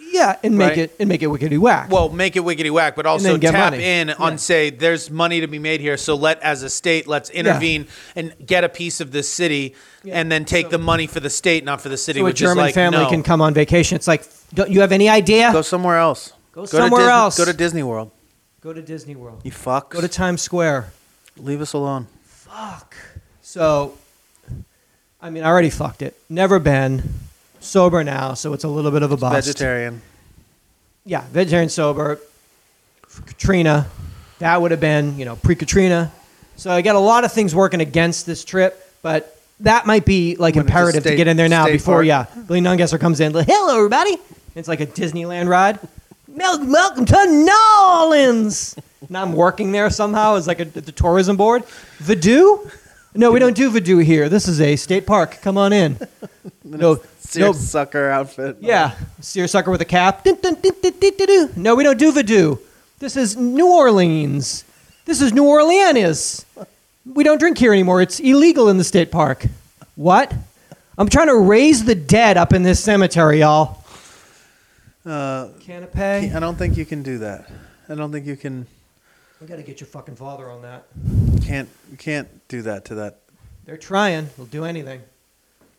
Speaker 2: Yeah, and make
Speaker 1: Right.
Speaker 2: it and make it wickety whack.
Speaker 1: Well, make it wickety whack, but also
Speaker 2: then get
Speaker 1: tap
Speaker 2: money.
Speaker 1: in on
Speaker 2: Yeah.
Speaker 1: say there's money to be made here. So let as a state, let's intervene and get a piece of this city,
Speaker 2: Yeah.
Speaker 1: and then take the money for the state, not for the city.
Speaker 2: so a
Speaker 1: which
Speaker 2: German
Speaker 1: is like,
Speaker 2: family
Speaker 1: no.
Speaker 2: can come on vacation. It's like, don't you have any idea?
Speaker 1: go somewhere else.
Speaker 2: Go somewhere
Speaker 1: to Disney,
Speaker 2: else.
Speaker 1: Go to Disney World.
Speaker 2: Go to Disney World.
Speaker 1: You fucks.
Speaker 2: Go to Times Square.
Speaker 1: Leave us alone.
Speaker 2: Fuck. So, I mean, I already fucked it. Never been sober now, so it's a little bit of a bust.
Speaker 1: Vegetarian.
Speaker 2: Yeah, vegetarian sober. For Katrina, that would have been you know pre Katrina. So I got a lot of things working against this trip, but that might be like
Speaker 1: When it's a
Speaker 2: imperative to
Speaker 1: state-
Speaker 2: get in there now
Speaker 1: state
Speaker 2: before
Speaker 1: park.
Speaker 2: yeah Billy Nungesser comes in. Like, Hello, everybody. It's like a Disneyland ride. Welcome, welcome to New Orleans. And I'm working there somehow as like a, the tourism board. Voodoo? No, we don't do voodoo here. This is a state park. Come on in. No, no
Speaker 1: Seersucker outfit.
Speaker 2: yeah, seersucker with a cap. Dun, dun, dun, dun, dun, dun, dun. No, we don't do voodoo. This is New Orleans. This is New Orleans. We don't drink here anymore. It's illegal in the state park. What? I'm trying to raise the dead up in this cemetery, y'all.
Speaker 1: Uh,
Speaker 2: Canopy.
Speaker 1: I don't think you can do that. I don't think you can.
Speaker 2: We gotta get your fucking father on that.
Speaker 1: Can't you can't do that to that.
Speaker 2: They're trying. They'll do anything.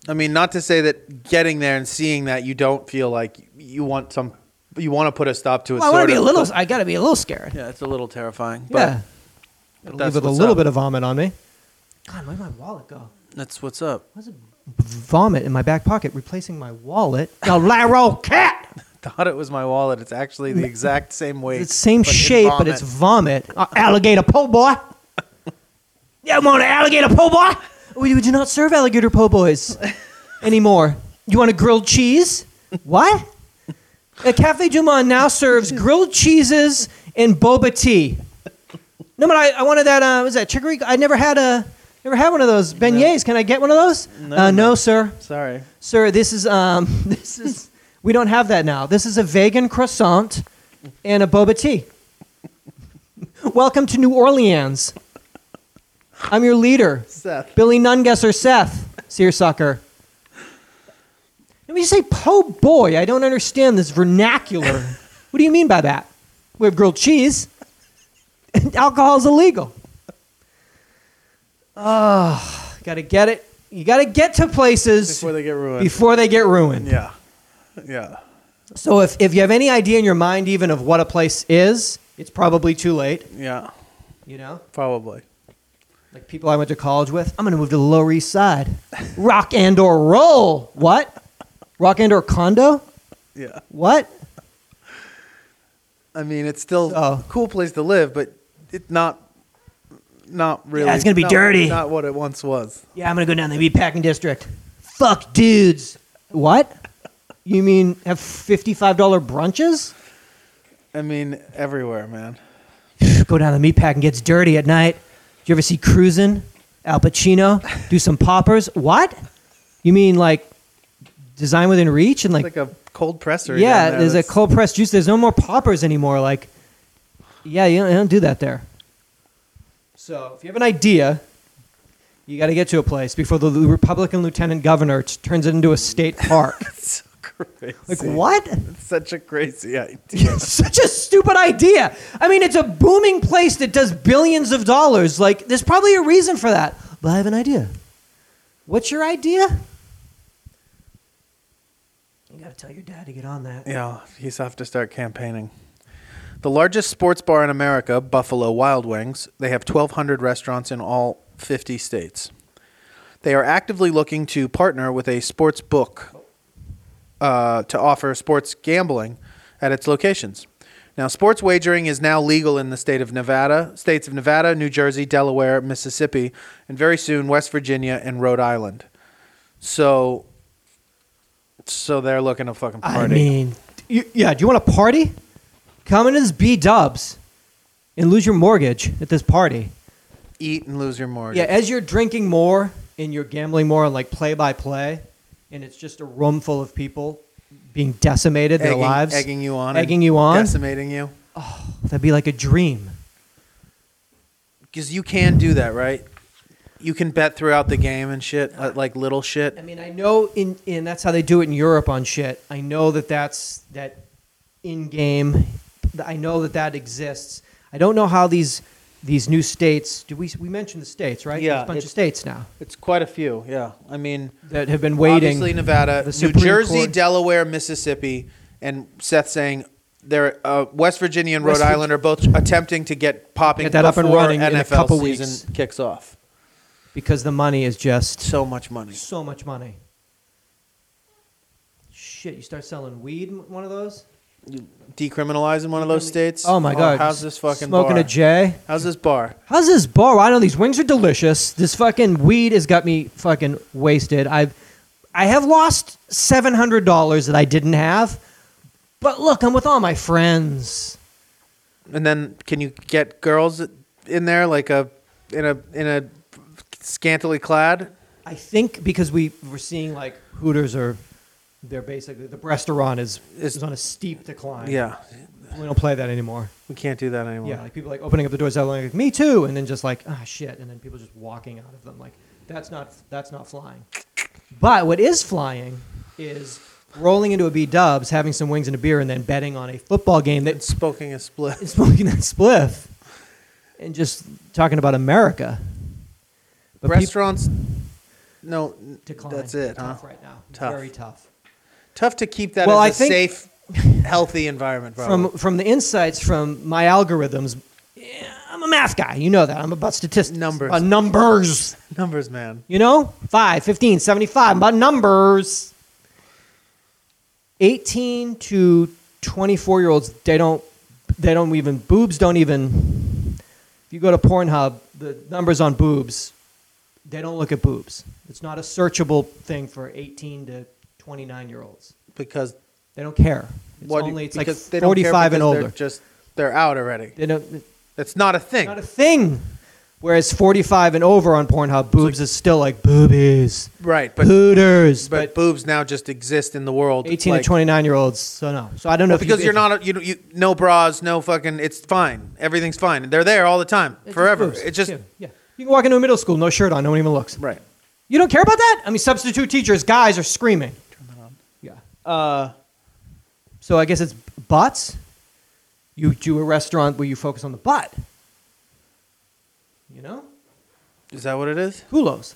Speaker 1: I mean, not to say that getting there and seeing that you don't feel like you want some. You want to put a stop to it.
Speaker 2: Well, I want
Speaker 1: sort
Speaker 2: to be a
Speaker 1: of,
Speaker 2: little.
Speaker 1: but-
Speaker 2: I gotta be a little scared.
Speaker 1: Yeah, it's a little terrifying. But
Speaker 2: yeah. Gotta
Speaker 1: that's
Speaker 2: leave with a
Speaker 1: what's
Speaker 2: little
Speaker 1: up.
Speaker 2: bit of vomit on me. God, where'd my wallet go?
Speaker 1: that's what's up.
Speaker 2: was a vomit in my back pocket replacing my wallet. Now, Laro cat.
Speaker 1: Thought it was my wallet. It's actually the exact same weight.
Speaker 2: It's same
Speaker 1: but in
Speaker 2: shape, but it's vomit. Uh, alligator po' boy. Yeah, want an alligator po' boy? We, we Oh, do not serve alligator po' boys anymore. You want a grilled cheese? What? A Cafe Du Monde now serves grilled cheeses and boba tea. No, but I, I wanted that. Uh, what was that chicory? I never had a, never had one of those beignets. Can I get one of those?
Speaker 1: No,
Speaker 2: uh,
Speaker 1: no.
Speaker 2: no, sir.
Speaker 1: Sorry.
Speaker 2: Sir, this is um, this is we don't have that now. This is a vegan croissant and a boba tea. Welcome to New Orleans. I'm your leader,
Speaker 1: Seth.
Speaker 2: Billy Nungesser Seth Seersucker. Let me just say, po boy, I don't understand this vernacular. what do you mean by that? We have grilled cheese. Alcohol is illegal. Oh, gotta get it. You gotta get to places
Speaker 1: Before they get ruined.
Speaker 2: before they get ruined.
Speaker 1: yeah. Yeah.
Speaker 2: So if, if you have any idea in your mind even of what a place is, it's probably too late.
Speaker 1: Yeah.
Speaker 2: You know,
Speaker 1: Probably.
Speaker 2: like people I went to college with. I'm gonna move to the Lower East Side, rock and or roll. What? Rock and or condo?
Speaker 1: Yeah.
Speaker 2: What?
Speaker 1: I mean, it's still
Speaker 2: So-
Speaker 1: a cool place to live, but it's not not really.
Speaker 2: it's gonna be
Speaker 1: not-
Speaker 2: dirty.
Speaker 1: Not what it once was.
Speaker 2: Yeah, I'm gonna go down the meatpacking district. Fuck dudes. What? You mean have fifty-five dollar brunches?
Speaker 1: I mean, everywhere, man.
Speaker 2: go down the meat pack and gets dirty at night. Did you ever see Cruisin', Al Pacino, do some poppers? What? You mean like design within reach and
Speaker 1: It's
Speaker 2: like,
Speaker 1: like a cold presser.
Speaker 2: yeah,
Speaker 1: down there
Speaker 2: there's a
Speaker 1: that's-
Speaker 2: cold pressed juice. There's no more poppers anymore. Like, yeah, you don't, you don't do that there. So if you have an idea, you got to get to a place before the Republican lieutenant governor t- turns it into a state park.
Speaker 1: It's so crazy.
Speaker 2: like what?
Speaker 1: It's such a crazy idea.
Speaker 2: It's such a stupid idea. I mean, it's a booming place that does billions of dollars. Like, there's probably a reason for that. But I have an idea. What's your idea? You gotta tell your dad to get on that.
Speaker 1: Yeah, he's have to start campaigning. The largest sports bar in America, Buffalo Wild Wings, they have 1,200 restaurants in all 50 states. They are actively looking to partner with a sports book uh, to offer sports gambling at its locations. Now, sports wagering is now legal in the state of Nevada, states of Nevada, New Jersey, Delaware, Mississippi, and very soon West Virginia and Rhode Island. So So they're looking to fucking party.
Speaker 2: I mean, you, yeah. Do you want to party? Come into this B Dubs and lose your mortgage at this party.
Speaker 1: Eat and lose your mortgage.
Speaker 2: Yeah, as you're drinking more and you're gambling more on like play by play, and it's just a room full of people being decimated their
Speaker 1: Egging-
Speaker 2: lives,
Speaker 1: egging you on, and
Speaker 2: egging you on.
Speaker 1: decimating you.
Speaker 2: That'd be like a dream.
Speaker 1: Because you can do that, right? You can bet throughout the game and shit, uh, like little shit.
Speaker 2: I mean, I know in in that's how they do it in Europe on shit. I know that that's that in game. I know that that exists. I don't know how these these new states. Do we we mentioned the states right?
Speaker 1: Yeah,
Speaker 2: There's a bunch of
Speaker 1: it's-
Speaker 2: states now
Speaker 1: It's quite a few, yeah. I mean,
Speaker 2: that have been waiting.
Speaker 1: obviously Nevada,
Speaker 2: The
Speaker 1: New
Speaker 2: Supreme
Speaker 1: Jersey,
Speaker 2: Court.
Speaker 1: Delaware, Mississippi, and Seth saying they're uh, West Virginia and Rhode
Speaker 2: West Vir-
Speaker 1: Island are both attempting to get popping
Speaker 2: Get that up and
Speaker 1: before
Speaker 2: running
Speaker 1: NFL
Speaker 2: in a couple
Speaker 1: season
Speaker 2: weeks.
Speaker 1: kicks off.
Speaker 2: because the money is just
Speaker 1: So much money.
Speaker 2: so much money. Shit, you start selling weed in one of those?
Speaker 1: Decriminalizing one of those states.
Speaker 2: Oh my god!
Speaker 1: how's this fucking
Speaker 2: smoking
Speaker 1: bar?
Speaker 2: a J?
Speaker 1: how's this bar?
Speaker 2: How's this bar? I know these wings are delicious. This fucking weed has got me fucking wasted. I've I have lost seven hundred dollars that I didn't have. But look, I'm with all my friends.
Speaker 1: And then can you get girls in there like a in a in a scantily clad?
Speaker 2: I think because we were seeing like Hooters are they're basically the restaurant is
Speaker 1: Is-
Speaker 2: is on a steep decline.
Speaker 1: Yeah,
Speaker 2: We don't play that anymore.
Speaker 1: we can't do that anymore.
Speaker 2: Yeah, like people like opening up the doors, like me too, and then just like ah shit, and then people just walking out of them. Like that's not that's not flying. But what is flying is rolling into a B Dubs, having some wings and a beer, and then betting on a football game
Speaker 1: And
Speaker 2: that
Speaker 1: smoking a split.
Speaker 2: and smoking that spliff, and just talking about America. But peop-
Speaker 1: Restaurants. no, n-
Speaker 2: decline.
Speaker 1: that's it. Huh?
Speaker 2: Tough right now.
Speaker 1: Tough.
Speaker 2: Very tough.
Speaker 1: Tough to keep that
Speaker 2: Well, I
Speaker 1: as a
Speaker 2: think-
Speaker 1: safe, healthy environment. Probably.
Speaker 2: From from the insights from my algorithms. yeah, I'm a math guy. You know that. I'm about statistics.
Speaker 1: Numbers.
Speaker 2: About numbers.
Speaker 1: numbers, man.
Speaker 2: You know, 5, 15, 75, about numbers. 18 to 24 year olds, they don't, they don't even, boobs don't even, if you go to Pornhub, the numbers on boobs, they don't look at boobs. It's not a searchable thing for 18 to 29 year olds.
Speaker 1: Because
Speaker 2: They don't care. It's
Speaker 1: what?
Speaker 2: only, it's like
Speaker 1: because they don't care
Speaker 2: 45 and
Speaker 1: because they're
Speaker 2: older.
Speaker 1: Just they're out already.
Speaker 2: They don't,
Speaker 1: That's not a thing.
Speaker 2: not a thing. Whereas 45 and over on Pornhub, boobs is still like boobies.
Speaker 1: right, but,
Speaker 2: Hooters,
Speaker 1: but boobs now just exist in the world.
Speaker 2: 18
Speaker 1: like-
Speaker 2: to 29 year olds. So no. So I don't know
Speaker 1: Well,
Speaker 2: if you-
Speaker 1: because you're
Speaker 2: if-
Speaker 1: not a, you, know, you no bras, no fucking. It's fine. Everything's fine. They're there all the time,
Speaker 2: it's just
Speaker 1: forever.
Speaker 2: boobs.
Speaker 1: It's just
Speaker 2: yeah, yeah. You can walk into a middle school, no shirt on, no one even looks.
Speaker 1: right.
Speaker 2: You don't care about that? I mean, substitute teachers, guys are screaming. Turn that on. Yeah. Uh, so I guess it's butts. You do a restaurant where you focus on the butt. You know,
Speaker 1: Is that what it is?
Speaker 2: culos,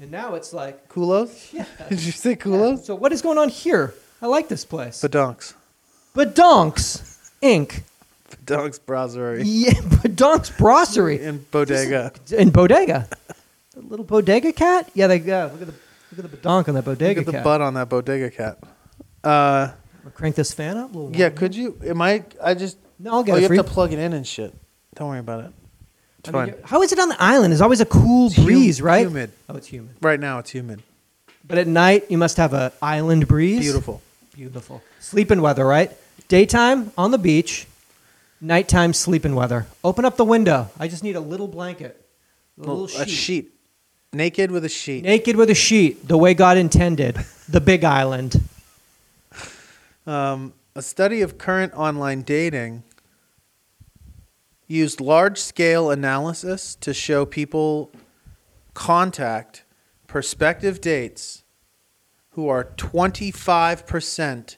Speaker 2: and now it's like,
Speaker 1: Kulos? Yeah. Did you say kulos?
Speaker 2: so what is going on here? I like this place. But
Speaker 1: Badonks.
Speaker 2: Badonks Inc.
Speaker 1: Badonks Brasserie
Speaker 2: Yeah, Badonks Brasserie.
Speaker 1: and Bodega.
Speaker 2: in bodega. The little bodega cat? Yeah, they go. Look at the look at the donk on that bodega
Speaker 1: Look at the
Speaker 2: cat.
Speaker 1: butt on that Bodega cat. Uh,
Speaker 2: Wanna Crank this fan up. a little
Speaker 1: yeah,
Speaker 2: more?
Speaker 1: could you? Am I? I just.
Speaker 2: Mm-hmm. No, I'll get
Speaker 1: oh,
Speaker 2: it
Speaker 1: you
Speaker 2: for you.
Speaker 1: have to plug it in and shit. Don't worry about it. It's
Speaker 2: I
Speaker 1: fine.
Speaker 2: mean, how is it on the island? There's always a cool
Speaker 1: hu-
Speaker 2: breeze, right?
Speaker 1: humid.
Speaker 2: Oh, it's humid.
Speaker 1: Right now, it's humid.
Speaker 2: But at night, you must have a island breeze.
Speaker 1: Beautiful.
Speaker 2: Beautiful. Sleeping weather, right? Daytime on the beach, nighttime sleeping weather. Open up the window. I just need a little blanket, a little,
Speaker 1: A sheet. Naked with a sheet.
Speaker 2: Naked with a sheet, the way God intended. The big island.
Speaker 1: Um, a study of current online dating used large scale analysis to show people contact prospective dates who are 25%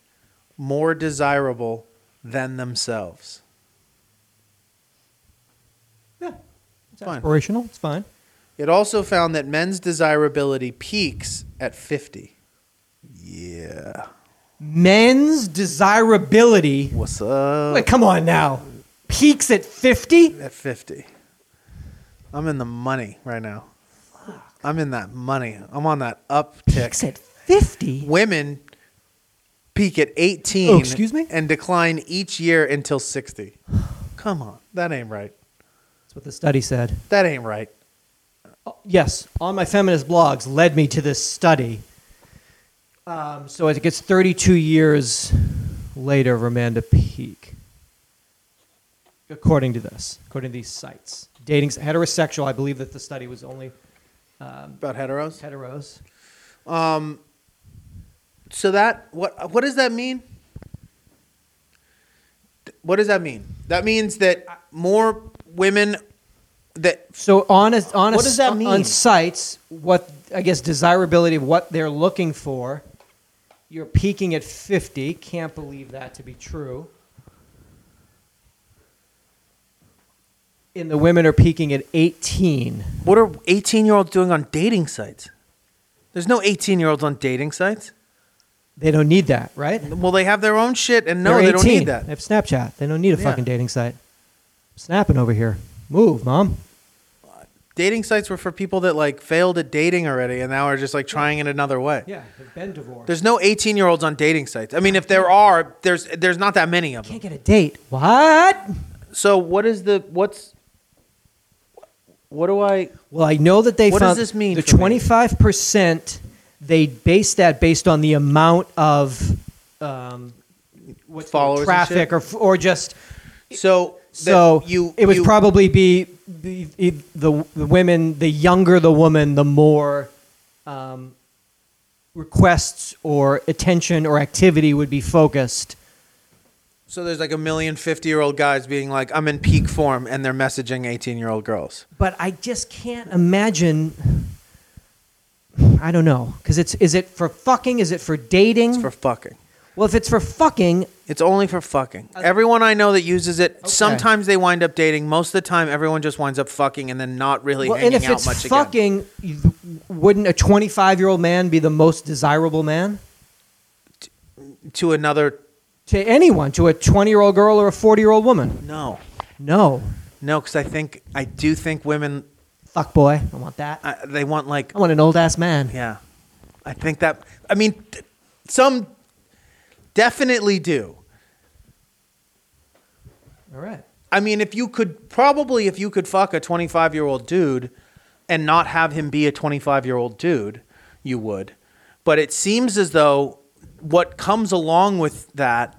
Speaker 1: more desirable than themselves.
Speaker 2: Yeah, it's
Speaker 1: Fine.
Speaker 2: aspirational. It's fine.
Speaker 1: It also found that men's desirability peaks at 50. Yeah.
Speaker 2: men's desirability.
Speaker 1: What's up?
Speaker 2: Wait, come on now. Peaks at 50?
Speaker 1: at 50. I'm in the money right now. I'm in that money. I'm on that
Speaker 2: Peaks
Speaker 1: uptick.
Speaker 2: at 50?
Speaker 1: Women peak at 18.
Speaker 2: Oh, excuse me?
Speaker 1: And decline each year until 60. Come on. That ain't right.
Speaker 2: That's what the study said.
Speaker 1: That ain't right.
Speaker 2: Oh, yes, on my feminist blogs led me to this study. Um, so I think it's 32 years later of Amanda Peak, according to this, according to these sites. Dating's heterosexual. I believe that the study was only um,
Speaker 1: About heteros.
Speaker 2: heteros.
Speaker 1: So that what what does that mean? What does that mean? That means that more women that
Speaker 2: So on a, on a,
Speaker 1: What does that
Speaker 2: on
Speaker 1: mean?
Speaker 2: sites, what I guess desirability of what they're looking for. You're peaking at 50. Can't believe that to be true. And the women are peaking at 18.
Speaker 1: what are 18 year olds doing on dating sites? There's no 18 year olds on dating sites.
Speaker 2: They don't need that, right?
Speaker 1: Well, they have their own shit, and no,
Speaker 2: They're
Speaker 1: they don't
Speaker 2: 18.
Speaker 1: need that.
Speaker 2: They have Snapchat. They don't need a
Speaker 1: Yeah.
Speaker 2: fucking dating site. snapping over here. Move, mom.
Speaker 1: Dating sites were for people that like failed at dating already, and now are just like trying it another way.
Speaker 2: Yeah, they've been divorced.
Speaker 1: There's no 18 year olds on dating sites. I mean, if there are, there's there's not that many of them.
Speaker 2: Can't get a date. What?
Speaker 1: So what is the what's what do I?
Speaker 2: Well, I know that they
Speaker 1: What does
Speaker 2: found
Speaker 1: this mean
Speaker 2: the
Speaker 1: for me?
Speaker 2: 25%, they based that based on the amount of um, what's the word,
Speaker 1: Followers and
Speaker 2: traffic
Speaker 1: shit?
Speaker 2: or, f- or just.
Speaker 1: So that
Speaker 2: So
Speaker 1: you
Speaker 2: it would
Speaker 1: you-
Speaker 2: probably be the, e, the the women. The younger the woman, the more um, requests or attention or activity would be focused.
Speaker 1: so there's like a million 50 year old guys being like I'm in peak form, and they're messaging 18 year old girls.
Speaker 2: But I just can't imagine. I don't know because it's is it for fucking? Is it for dating?
Speaker 1: It's for fucking.
Speaker 2: well, if it's for fucking,
Speaker 1: It's only for fucking. Everyone I know that uses it, sometimes they wind up dating. Most of the time, everyone just winds up fucking and then not really
Speaker 2: well, and
Speaker 1: hanging
Speaker 2: if
Speaker 1: out
Speaker 2: it's
Speaker 1: much again.
Speaker 2: fucking, you- wouldn't a twenty-five-year-old man be the most desirable man?
Speaker 1: To another,
Speaker 2: To anyone, to a 20 year old girl or a 40 year old woman?
Speaker 1: no,
Speaker 2: No.
Speaker 1: no, because I think I do think women
Speaker 2: Fuck boy, I want that.
Speaker 1: uh, they want like
Speaker 2: I want an old ass man.
Speaker 1: yeah. I think that I mean th- some definitely do.
Speaker 2: All right.
Speaker 1: I mean, if you could probably if you could fuck a 25 year old dude and not have him be a 25 year old dude, you would. But it seems as though what comes along with that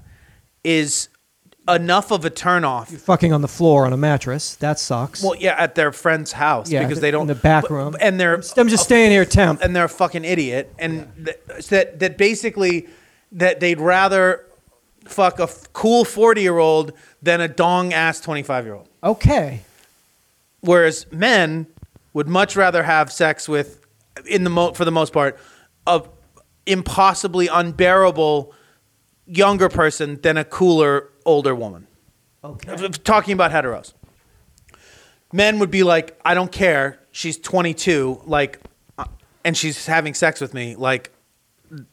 Speaker 1: is enough of a
Speaker 2: You're
Speaker 1: turnoff.
Speaker 2: fucking on the floor on a mattress. That sucks.
Speaker 1: Well, yeah, at their friend's house
Speaker 2: Yeah,
Speaker 1: because they don't
Speaker 2: in the back
Speaker 1: but-
Speaker 2: room.
Speaker 1: and they're
Speaker 2: I'm just, I'm just staying here, temp.
Speaker 1: and they're a fucking idiot, and th- that that basically that they'd rather fuck a f- cool forty year old than a dong ass twenty five year old.
Speaker 2: Okay.
Speaker 1: Whereas men would much rather have sex with, in the mo- for the most part, a impossibly unbearable younger person than a cooler older woman. If-
Speaker 2: Okay.
Speaker 1: if Talking about heteros, men would be like, I don't care. She's 22, like, uh, and she's having sex with me. Like,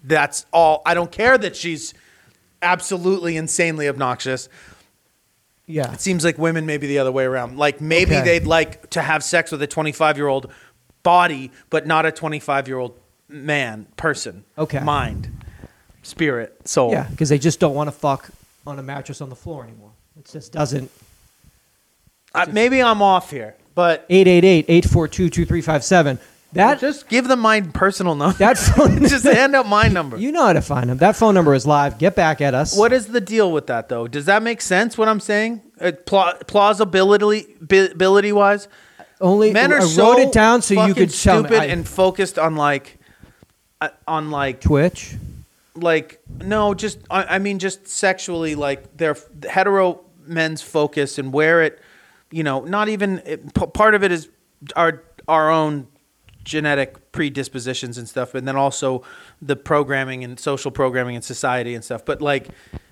Speaker 1: that's all. I don't care that she's absolutely insanely obnoxious.
Speaker 2: Yeah.
Speaker 1: It seems like women may be the other way around. Like maybe
Speaker 2: Okay.
Speaker 1: they'd like to have sex with a 25 year old body, but not a 25 year old man, person,
Speaker 2: Okay.
Speaker 1: mind, spirit, soul.
Speaker 2: Yeah, because they just don't want to fuck on a mattress on the floor anymore. It just doesn't.
Speaker 1: I, maybe I'm off here, but
Speaker 2: 888-842-2357. That
Speaker 1: just give them my personal number.
Speaker 2: that phone
Speaker 1: just hand out my number.
Speaker 2: You know how to find them. That phone number is live. Get back at us.
Speaker 1: what is the deal with that though? Does that make sense? What I'm saying, uh, pla- plausibility, bi- ability wise,
Speaker 2: Only
Speaker 1: men are
Speaker 2: I wrote
Speaker 1: so
Speaker 2: it down so you
Speaker 1: fucking
Speaker 2: could tell me.
Speaker 1: stupid
Speaker 2: I-
Speaker 1: and focused on like, uh, on like
Speaker 2: Twitch.
Speaker 1: like no just I, I mean just sexually like their hetero men's focus and where it you know not even it, p- part of it is our our own genetic predispositions and stuff and then also the programming and social programming and society and stuff but like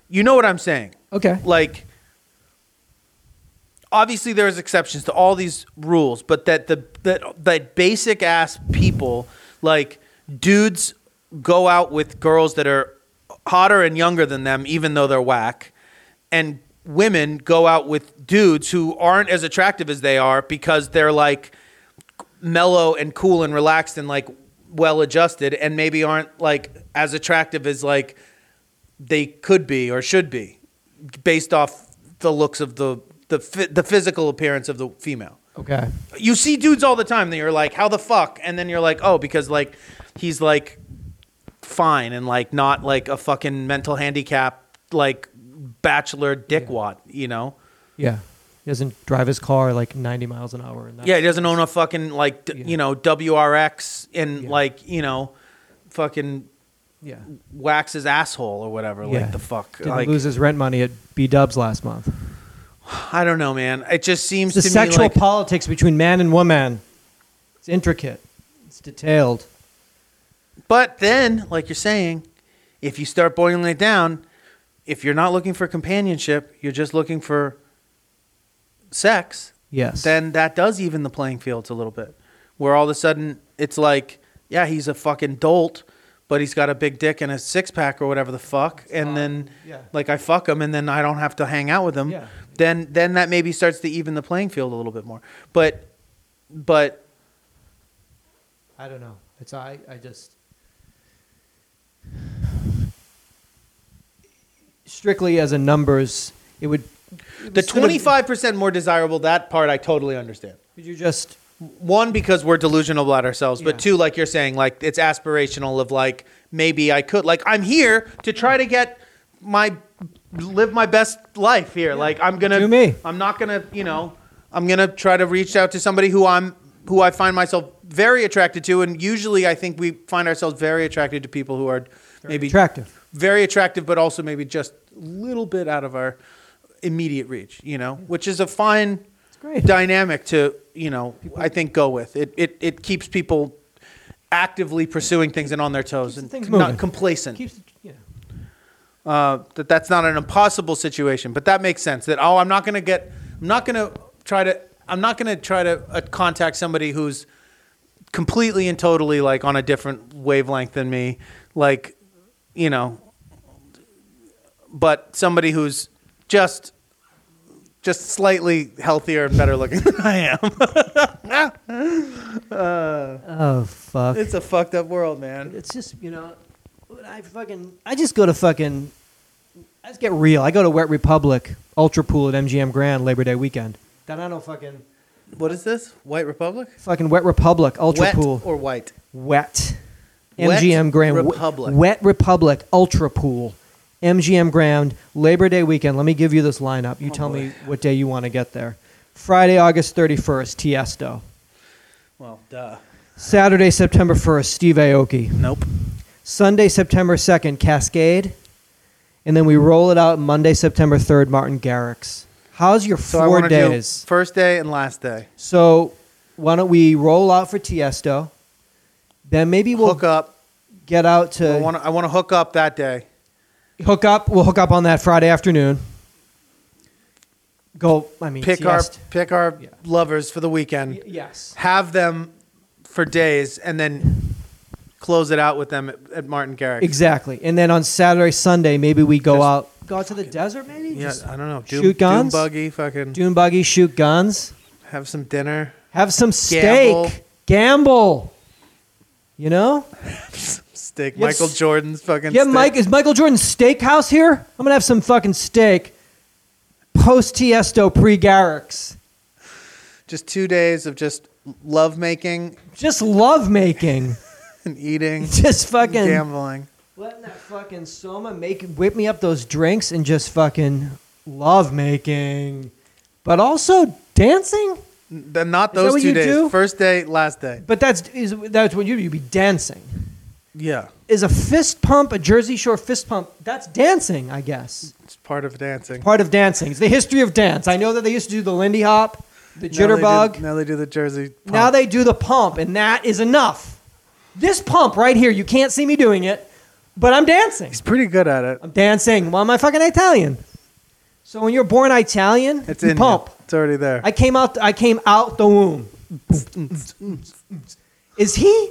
Speaker 1: you know what i'm saying
Speaker 2: Okay.
Speaker 1: like obviously there's exceptions to all these rules but that the that that basic ass people like dudes go out with girls that are hotter and younger than them even though they're whack and women go out with dudes who aren't as attractive as they are because they're like mellow and cool and relaxed and like well adjusted and maybe aren't like as attractive as like they could be or should be based off the looks of the the phy- the physical appearance of the female.
Speaker 2: Okay.
Speaker 1: You see dudes all the time that you're like, how the fuck? And then you're like, oh, because like he's like fine and like not like a fucking mental handicap like bachelor dickwad, you know?
Speaker 2: Yeah. He doesn't drive his car like 90 miles an hour. And that.
Speaker 1: Yeah, he doesn't own a fucking like d-
Speaker 2: Yeah.
Speaker 1: you know WRX and
Speaker 2: Yeah.
Speaker 1: like you know fucking
Speaker 2: Yeah.
Speaker 1: wax his asshole or whatever.
Speaker 2: Yeah.
Speaker 1: Like the fuck,
Speaker 2: Didn't
Speaker 1: like
Speaker 2: lose his rent money at B Dubs last month.
Speaker 1: I don't know, man. It just seems
Speaker 2: It's the
Speaker 1: to
Speaker 2: sexual
Speaker 1: me like
Speaker 2: politics between man and woman. It's intricate. It's detailed.
Speaker 1: But then, like you're saying, if you start boiling it down, if you're not looking for companionship, you're just looking for sex,
Speaker 2: Yes.
Speaker 1: then that does even the playing fields a little bit. Where all of a sudden it's like, yeah, he's a fucking dolt, but he's got a big dick and a six pack or whatever the fuck. and then
Speaker 2: Yeah.
Speaker 1: like I fuck him and then I don't have to hang out with him.
Speaker 2: Yeah.
Speaker 1: Then then that maybe starts to even the playing field a little bit more. But but
Speaker 2: I don't know. It's I. I just strictly as a numbers, it would it
Speaker 1: the
Speaker 2: was sort of-
Speaker 1: twenty five percent more desirable, that part I totally understand.
Speaker 2: Could you just
Speaker 1: one because we're delusional about ourselves
Speaker 2: Yeah.
Speaker 1: but two like you're saying like it's aspirational of like maybe i could like i'm here to try to get my live my best life here like i'm gonna
Speaker 2: Do me.
Speaker 1: i'm not gonna you know i'm gonna try to reach out to somebody who i'm who i find myself very attracted to and usually i think we find ourselves very attracted to people who are maybe
Speaker 2: attractive?
Speaker 1: very attractive, but also maybe just a little bit out of our immediate reach, you know, which is a fine
Speaker 2: great.
Speaker 1: dynamic to, you know, I think go with. It, it, it keeps people actively pursuing things and on their toes and
Speaker 2: things moving.
Speaker 1: not complacent.
Speaker 2: Keeps you know.
Speaker 1: uh, that that's not an impossible situation, but that makes sense that, oh, I'm not going to get, I'm not going to try to, I'm not going to try to uh, contact somebody who's completely and totally like on a different wavelength than me. Like, you know, but somebody who's just just slightly healthier and better looking than I am.
Speaker 2: Oh fuck!
Speaker 1: It's a fucked up world, man.
Speaker 2: It's just you know, when I fucking I just go to fucking I just get real. I go to Wet Republic Ultra Pool at MGM Grand Labor Day weekend. Then I don't fucking
Speaker 1: What is this? White Republic?
Speaker 2: fucking Wet Republic Ultra
Speaker 1: Wet
Speaker 2: Pool.
Speaker 1: or white?
Speaker 2: Wet.
Speaker 1: Wet
Speaker 2: MGM Grand.
Speaker 1: Republic.
Speaker 2: Wet Republic Ultra Pool. MGM Grand. Labor Day weekend. Let me give you this lineup. You
Speaker 1: Oh,
Speaker 2: tell
Speaker 1: boy.
Speaker 2: me what day you want to get there. Friday, August 31st, Tiesto.
Speaker 1: Well, duh.
Speaker 2: Saturday, September 1st, Steve Aoki.
Speaker 1: Nope.
Speaker 2: Sunday, September 2nd, Cascade. And then we roll it out Monday, September 3rd, Martin Garrix. How's your
Speaker 1: So I
Speaker 2: four
Speaker 1: wanna do
Speaker 2: days?
Speaker 1: first day and last day.
Speaker 2: so why don't we roll out for Tiesto? Then maybe we'll
Speaker 1: hook up.
Speaker 2: get out to.
Speaker 1: I want to. I want to hook up that day.
Speaker 2: hook up. We'll hook up on that Friday afternoon. Go. I mean,
Speaker 1: Pick our
Speaker 2: siesta.
Speaker 1: pick our
Speaker 2: Yeah.
Speaker 1: lovers for the weekend.
Speaker 2: Y- yes.
Speaker 1: Have them for days, and then close it out with them at, at Martin Garrix.
Speaker 2: Exactly. And then on Saturday, Sunday, maybe we go
Speaker 1: Just
Speaker 2: out, go out to the desert, maybe.
Speaker 1: Yeah,
Speaker 2: Just
Speaker 1: I don't know. Doom,
Speaker 2: shoot guns?
Speaker 1: Doom buggy. Fucking
Speaker 2: dune buggy, shoot guns,
Speaker 1: have some dinner.
Speaker 2: have some steak,
Speaker 1: Gamble.
Speaker 2: gamble. You know,
Speaker 1: Steak.
Speaker 2: Yes.
Speaker 1: Michael Jordan's fucking.
Speaker 2: yeah.
Speaker 1: steak.
Speaker 2: Mike, is Michael Jordan's steakhouse here? I'm gonna have some fucking steak. Post Tiesto, pre Garrix.
Speaker 1: Just two days of just love making
Speaker 2: Just love making.
Speaker 1: and eating,
Speaker 2: Just fucking.
Speaker 1: gambling.
Speaker 2: Letting that fucking soma make whip me up those drinks and just fucking love making, but also dancing.
Speaker 1: Then not
Speaker 2: that
Speaker 1: those
Speaker 2: what
Speaker 1: two
Speaker 2: you
Speaker 1: days.
Speaker 2: do?
Speaker 1: First day, last day.
Speaker 2: But that's is that's what you do. You be dancing.
Speaker 1: Yeah,
Speaker 2: Is a fist pump a Jersey Shore fist pump? That's dancing, I guess.
Speaker 1: it's part of dancing.
Speaker 2: Part of dancing. It's the history of dance. I know that they used to do the Lindy Hop,
Speaker 1: Now they
Speaker 2: the
Speaker 1: do-
Speaker 2: jitterbug.
Speaker 1: Now they do the Jersey. pump.
Speaker 2: Now they do the pump, and that is enough. This pump right here, you can't see me doing it, but I'm dancing.
Speaker 1: He's pretty good at it.
Speaker 2: I'm dancing. Well, I'm a fucking Italian. So when you're born Italian,
Speaker 1: It's
Speaker 2: you
Speaker 1: in you.
Speaker 2: pump.
Speaker 1: It's already there.
Speaker 2: I came out. I came out the womb. Is he?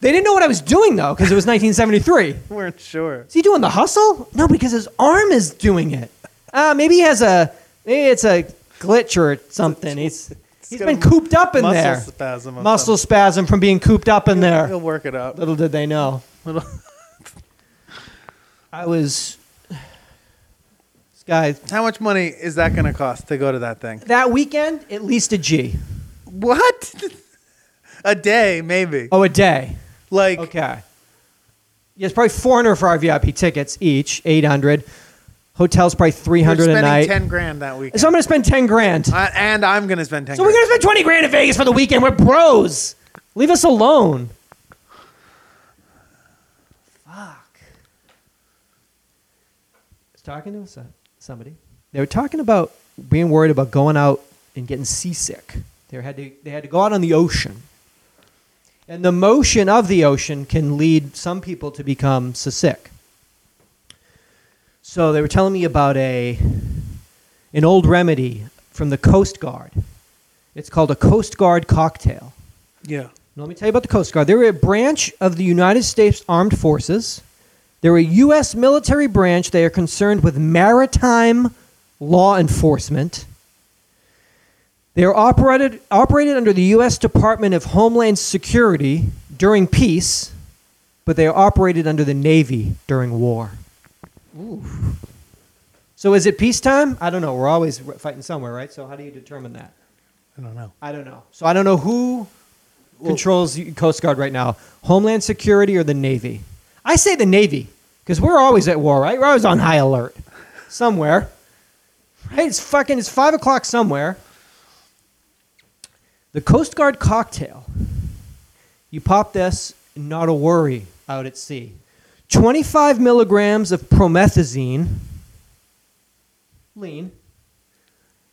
Speaker 2: They didn't know what I was doing though, because it was 1973.
Speaker 1: weren't sure.
Speaker 2: Is he doing the hustle? No, because his arm is doing it. Uh, maybe he has a. Maybe it's a glitch or something. He's he's
Speaker 1: got
Speaker 2: been
Speaker 1: a
Speaker 2: cooped up in
Speaker 1: muscle
Speaker 2: there.
Speaker 1: spasm. or
Speaker 2: Muscle spasm from being cooped up in
Speaker 1: something.
Speaker 2: there.
Speaker 1: He'll work it up.
Speaker 2: Little did they know.
Speaker 1: Little-
Speaker 2: I was. This guy.
Speaker 1: How much money is that going to cost to go to that thing?
Speaker 2: That weekend, at least a G.
Speaker 1: What? a day, maybe.
Speaker 2: Oh, a day.
Speaker 1: Like
Speaker 2: Okay. Yeah, it's probably 400 for our VIP tickets each, 800. Hotels probably 300
Speaker 1: We're
Speaker 2: a
Speaker 1: spending
Speaker 2: night.
Speaker 1: ten grand that week,
Speaker 2: so I'm going to spend 10 grand.
Speaker 1: I, and I'm gonna spend ten.
Speaker 2: so we're
Speaker 1: grand.
Speaker 2: going to spend 20 grand in Vegas for the weekend. We're bros. Leave us alone. Fuck. I was talking to some- somebody. They were talking about being worried about going out and getting seasick. They had to, they had to go out on the ocean. And the motion of the ocean can lead some people to become so sick. So they were telling me about a an old remedy from the Coast Guard. It's called a Coast Guard cocktail.
Speaker 1: yeah.
Speaker 2: Now, let me tell you about the Coast Guard. They were a branch of the United States Armed Forces. They're a U.S. military branch. They are concerned with maritime law enforcement. They are operated, operated under the U.S. Department of Homeland Security during peace, but they are operated under the Navy during war. So is it peacetime? I don't know. We're always fighting somewhere, right? So how do you determine that?
Speaker 1: I don't know.
Speaker 2: I don't know. So I don't know who controls the Coast Guard right now Homeland Security or the Navy? I say the Navy because we're always at war, right? We're always on high alert somewhere. Right? It's fucking, it's five o'clock somewhere. The Coast Guard cocktail. You pop this, not a worry out at sea. 25 milligrams of promethazine, lean,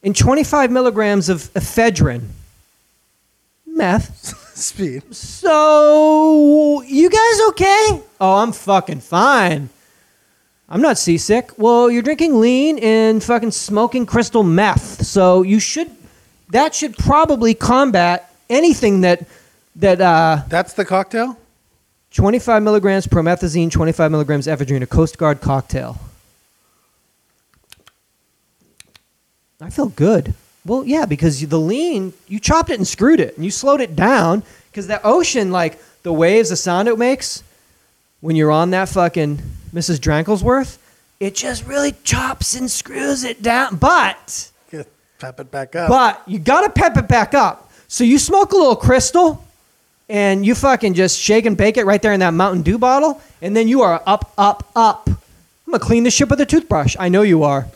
Speaker 2: and 25 milligrams of ephedrine, meth.
Speaker 1: Speed.
Speaker 2: So, you guys okay? Oh, I'm fucking fine. I'm not seasick. Well, you're drinking lean and fucking smoking crystal meth. So, you should that should probably combat anything that that uh
Speaker 1: That's the cocktail.
Speaker 2: 25 milligrams promethazine, 25 milligrams ephedrine, a Coast Guard cocktail. I feel good. Well, yeah, because you- the lean, you chopped it and screwed it, and you slowed it down because the ocean, like the waves, the sound it makes when you're on that fucking Mrs. Dranklesworth, it just really chops and screws it down. But
Speaker 1: Get, pep it back up.
Speaker 2: but you gotta pep it back up. So you smoke a little crystal, and you fucking just shake and bake it right there in that Mountain Dew bottle, and then you are up, up, up. I'm gonna clean the ship with a toothbrush. I know you are.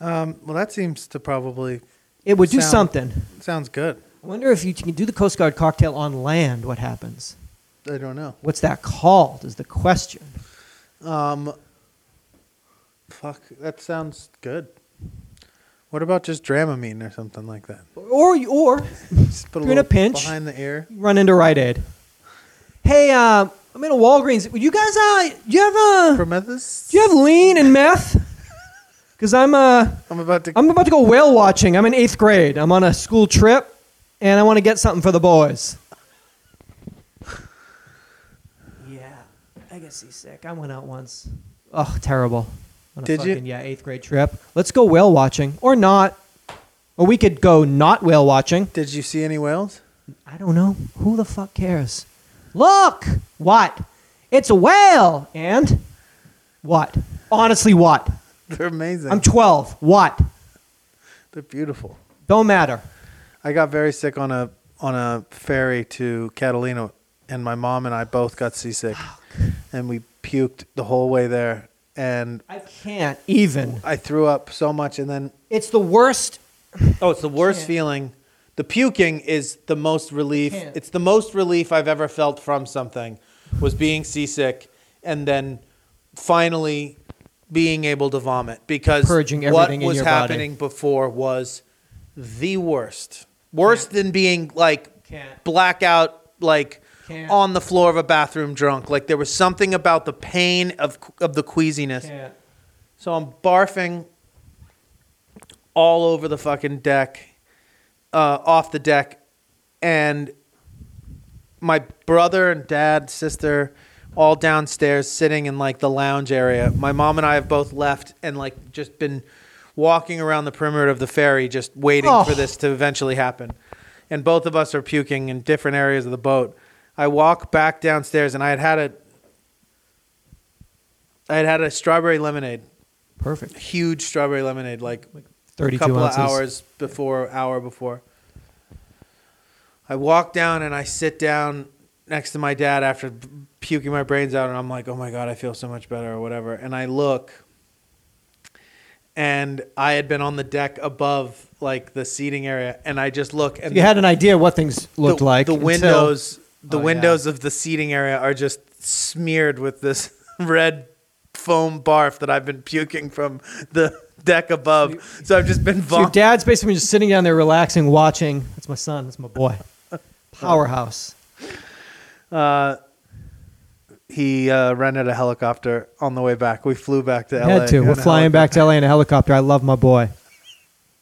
Speaker 1: um, well, that seems to probably
Speaker 2: It would do
Speaker 1: Sound.
Speaker 2: something.
Speaker 1: sounds good.
Speaker 2: I wonder if you can do the Coast Guard cocktail on land. What happens?
Speaker 1: I don't know.
Speaker 2: What's that called? Is the question.
Speaker 1: Um, fuck, that sounds good. What about just Dramamine or something like that?
Speaker 2: Or or
Speaker 1: Just put a
Speaker 2: You're in a
Speaker 1: little
Speaker 2: pinch.
Speaker 1: behind the ear.
Speaker 2: run into Rite Aid. Hey, uh, I'm in a Walgreens. Would you guys uh, do you have uh,
Speaker 1: Promethus.
Speaker 2: do you have lean and meth? Because I'm uh
Speaker 1: I'm about to.
Speaker 2: I'm about to go whale watching. I'm in eighth grade. I'm on a school trip, and I want to get something for the boys. Yeah, I get seasick. I went out once. Oh, terrible. On a
Speaker 1: Did you?
Speaker 2: fucking- Yeah, eighth grade trip. Let's go whale watching, or not, or we could go not whale watching.
Speaker 1: did you see any whales?
Speaker 2: I don't know. Who the fuck cares? Look! What? It's a whale! And? What? Honestly, what?
Speaker 1: They're amazing.
Speaker 2: I'm 12. What?
Speaker 1: They're beautiful.
Speaker 2: Don't matter.
Speaker 1: I got very sick on a on a ferry to Catalina, and my mom and I both got seasick, and we puked the whole way there, and
Speaker 2: I can't even.
Speaker 1: I threw up so much, and then
Speaker 2: It's the worst.
Speaker 1: Oh, it's the worst
Speaker 2: Can't.
Speaker 1: feeling. The puking is the most relief.
Speaker 2: Can't.
Speaker 1: It's the most relief I've ever felt from something was being seasick and then finally being able to vomit because
Speaker 2: Purging
Speaker 1: what
Speaker 2: everything in
Speaker 1: was
Speaker 2: your body.
Speaker 1: happening before was the worst. Worse than being like
Speaker 2: Can't.
Speaker 1: blackout like
Speaker 2: Can't.
Speaker 1: on the floor of a bathroom drunk. Like there was something about the pain of of the queasiness. So I'm barfing all over the fucking deck, uh, off the deck, and my brother and dad, sister, all downstairs sitting in like the lounge area. My mom and I have both left and like just been walking around the perimeter of the ferry, just waiting
Speaker 2: Oh.
Speaker 1: for this to eventually happen. And both of us are puking in different areas of the boat. I walk back downstairs, and I had had a, I had had a strawberry lemonade
Speaker 2: Perfect.
Speaker 1: huge strawberry lemonade like a
Speaker 2: 32
Speaker 1: couple
Speaker 2: ounces.
Speaker 1: of hours before hour before i walk down and i sit down next to my dad after puking my brains out, and I'm like, oh my god, I feel so much better or whatever. And I look, and I had been on the deck above like the seating area, and I just look, and
Speaker 2: You had an idea what things looked
Speaker 1: the,
Speaker 2: like.
Speaker 1: the
Speaker 2: until-
Speaker 1: windows the
Speaker 2: Oh, yeah.
Speaker 1: windows of the seating area are just smeared with this red foam barf that I've been puking from the deck above. So I've just been
Speaker 2: So your
Speaker 1: vomiting.
Speaker 2: dad's basically just sitting down there relaxing, watching. That's my son. That's my boy. Powerhouse.
Speaker 1: uh, he uh, rented a helicopter on the way back. We flew back to LA.
Speaker 2: Had to.
Speaker 1: in
Speaker 2: We're
Speaker 1: a
Speaker 2: flying
Speaker 1: helicopter.
Speaker 2: back to LA in a helicopter. I love my boy.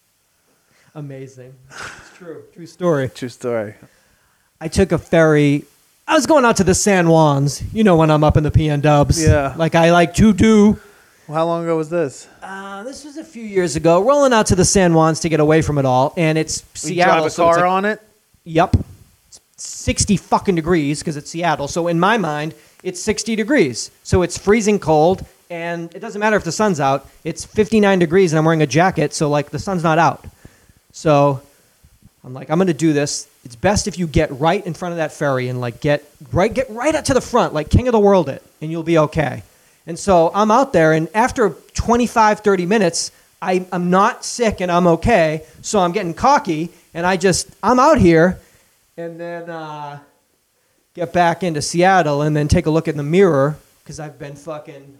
Speaker 2: Amazing. It's true. True story.
Speaker 1: True story.
Speaker 2: I took a ferry. I was going out to the San Juans. You know when I'm up in the PN Dubs.
Speaker 1: Yeah.
Speaker 2: Like I like to do.
Speaker 1: Well, How long ago was this?
Speaker 2: Uh, this was a few years ago. Rolling out to the San Juans to get away from it all, and it's
Speaker 1: We
Speaker 2: Seattle.
Speaker 1: drive a
Speaker 2: so it's
Speaker 1: car
Speaker 2: like-
Speaker 1: on it.
Speaker 2: Yep. It's 60 fucking degrees because it's Seattle. So in my mind, it's 60 degrees. So it's freezing cold, and it doesn't matter if the sun's out. It's 59 degrees, and I'm wearing a jacket, so like the sun's not out. So I'm like, I'm gonna do this. It's best if you get right in front of that ferry and like get right, get right up to the front, like king of the world it, and you'll be okay. And so I'm out there, and after 25, 30 minutes, I, I'm not sick and I'm okay. So I'm getting cocky, and I just, I'm out here, and then uh, get back into Seattle, and then take a look in the mirror because I've been fucking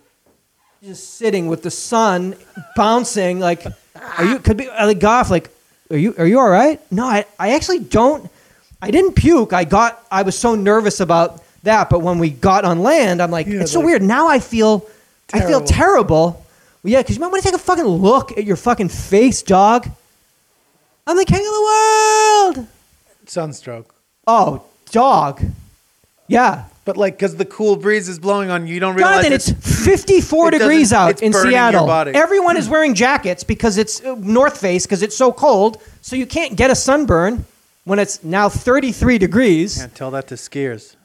Speaker 2: just sitting with the sun bouncing like are you could be uh, like goff like are you are you all right no I, I actually don't i didn't puke i got i was so nervous about that but when we got on land i'm like
Speaker 1: Yeah,
Speaker 2: it's so
Speaker 1: like-
Speaker 2: weird now i feel i feel
Speaker 1: Terrible.
Speaker 2: terrible well, yeah because you might want to take a fucking look at your fucking face dog i'm the king of the world
Speaker 1: Sunstroke.
Speaker 2: oh dog yeah
Speaker 1: But like, because the cool breeze is blowing on you, you don't realize
Speaker 2: Jonathan,
Speaker 1: it's,
Speaker 2: it's 54
Speaker 1: it doesn't-
Speaker 2: degrees out
Speaker 1: it's
Speaker 2: in
Speaker 1: burning your
Speaker 2: Seattle.
Speaker 1: body.
Speaker 2: Everyone is wearing jackets because it's uh, North Face because it's so cold, so you can't get a sunburn when it's now 33 degrees.
Speaker 1: Yeah, tell that to skiers.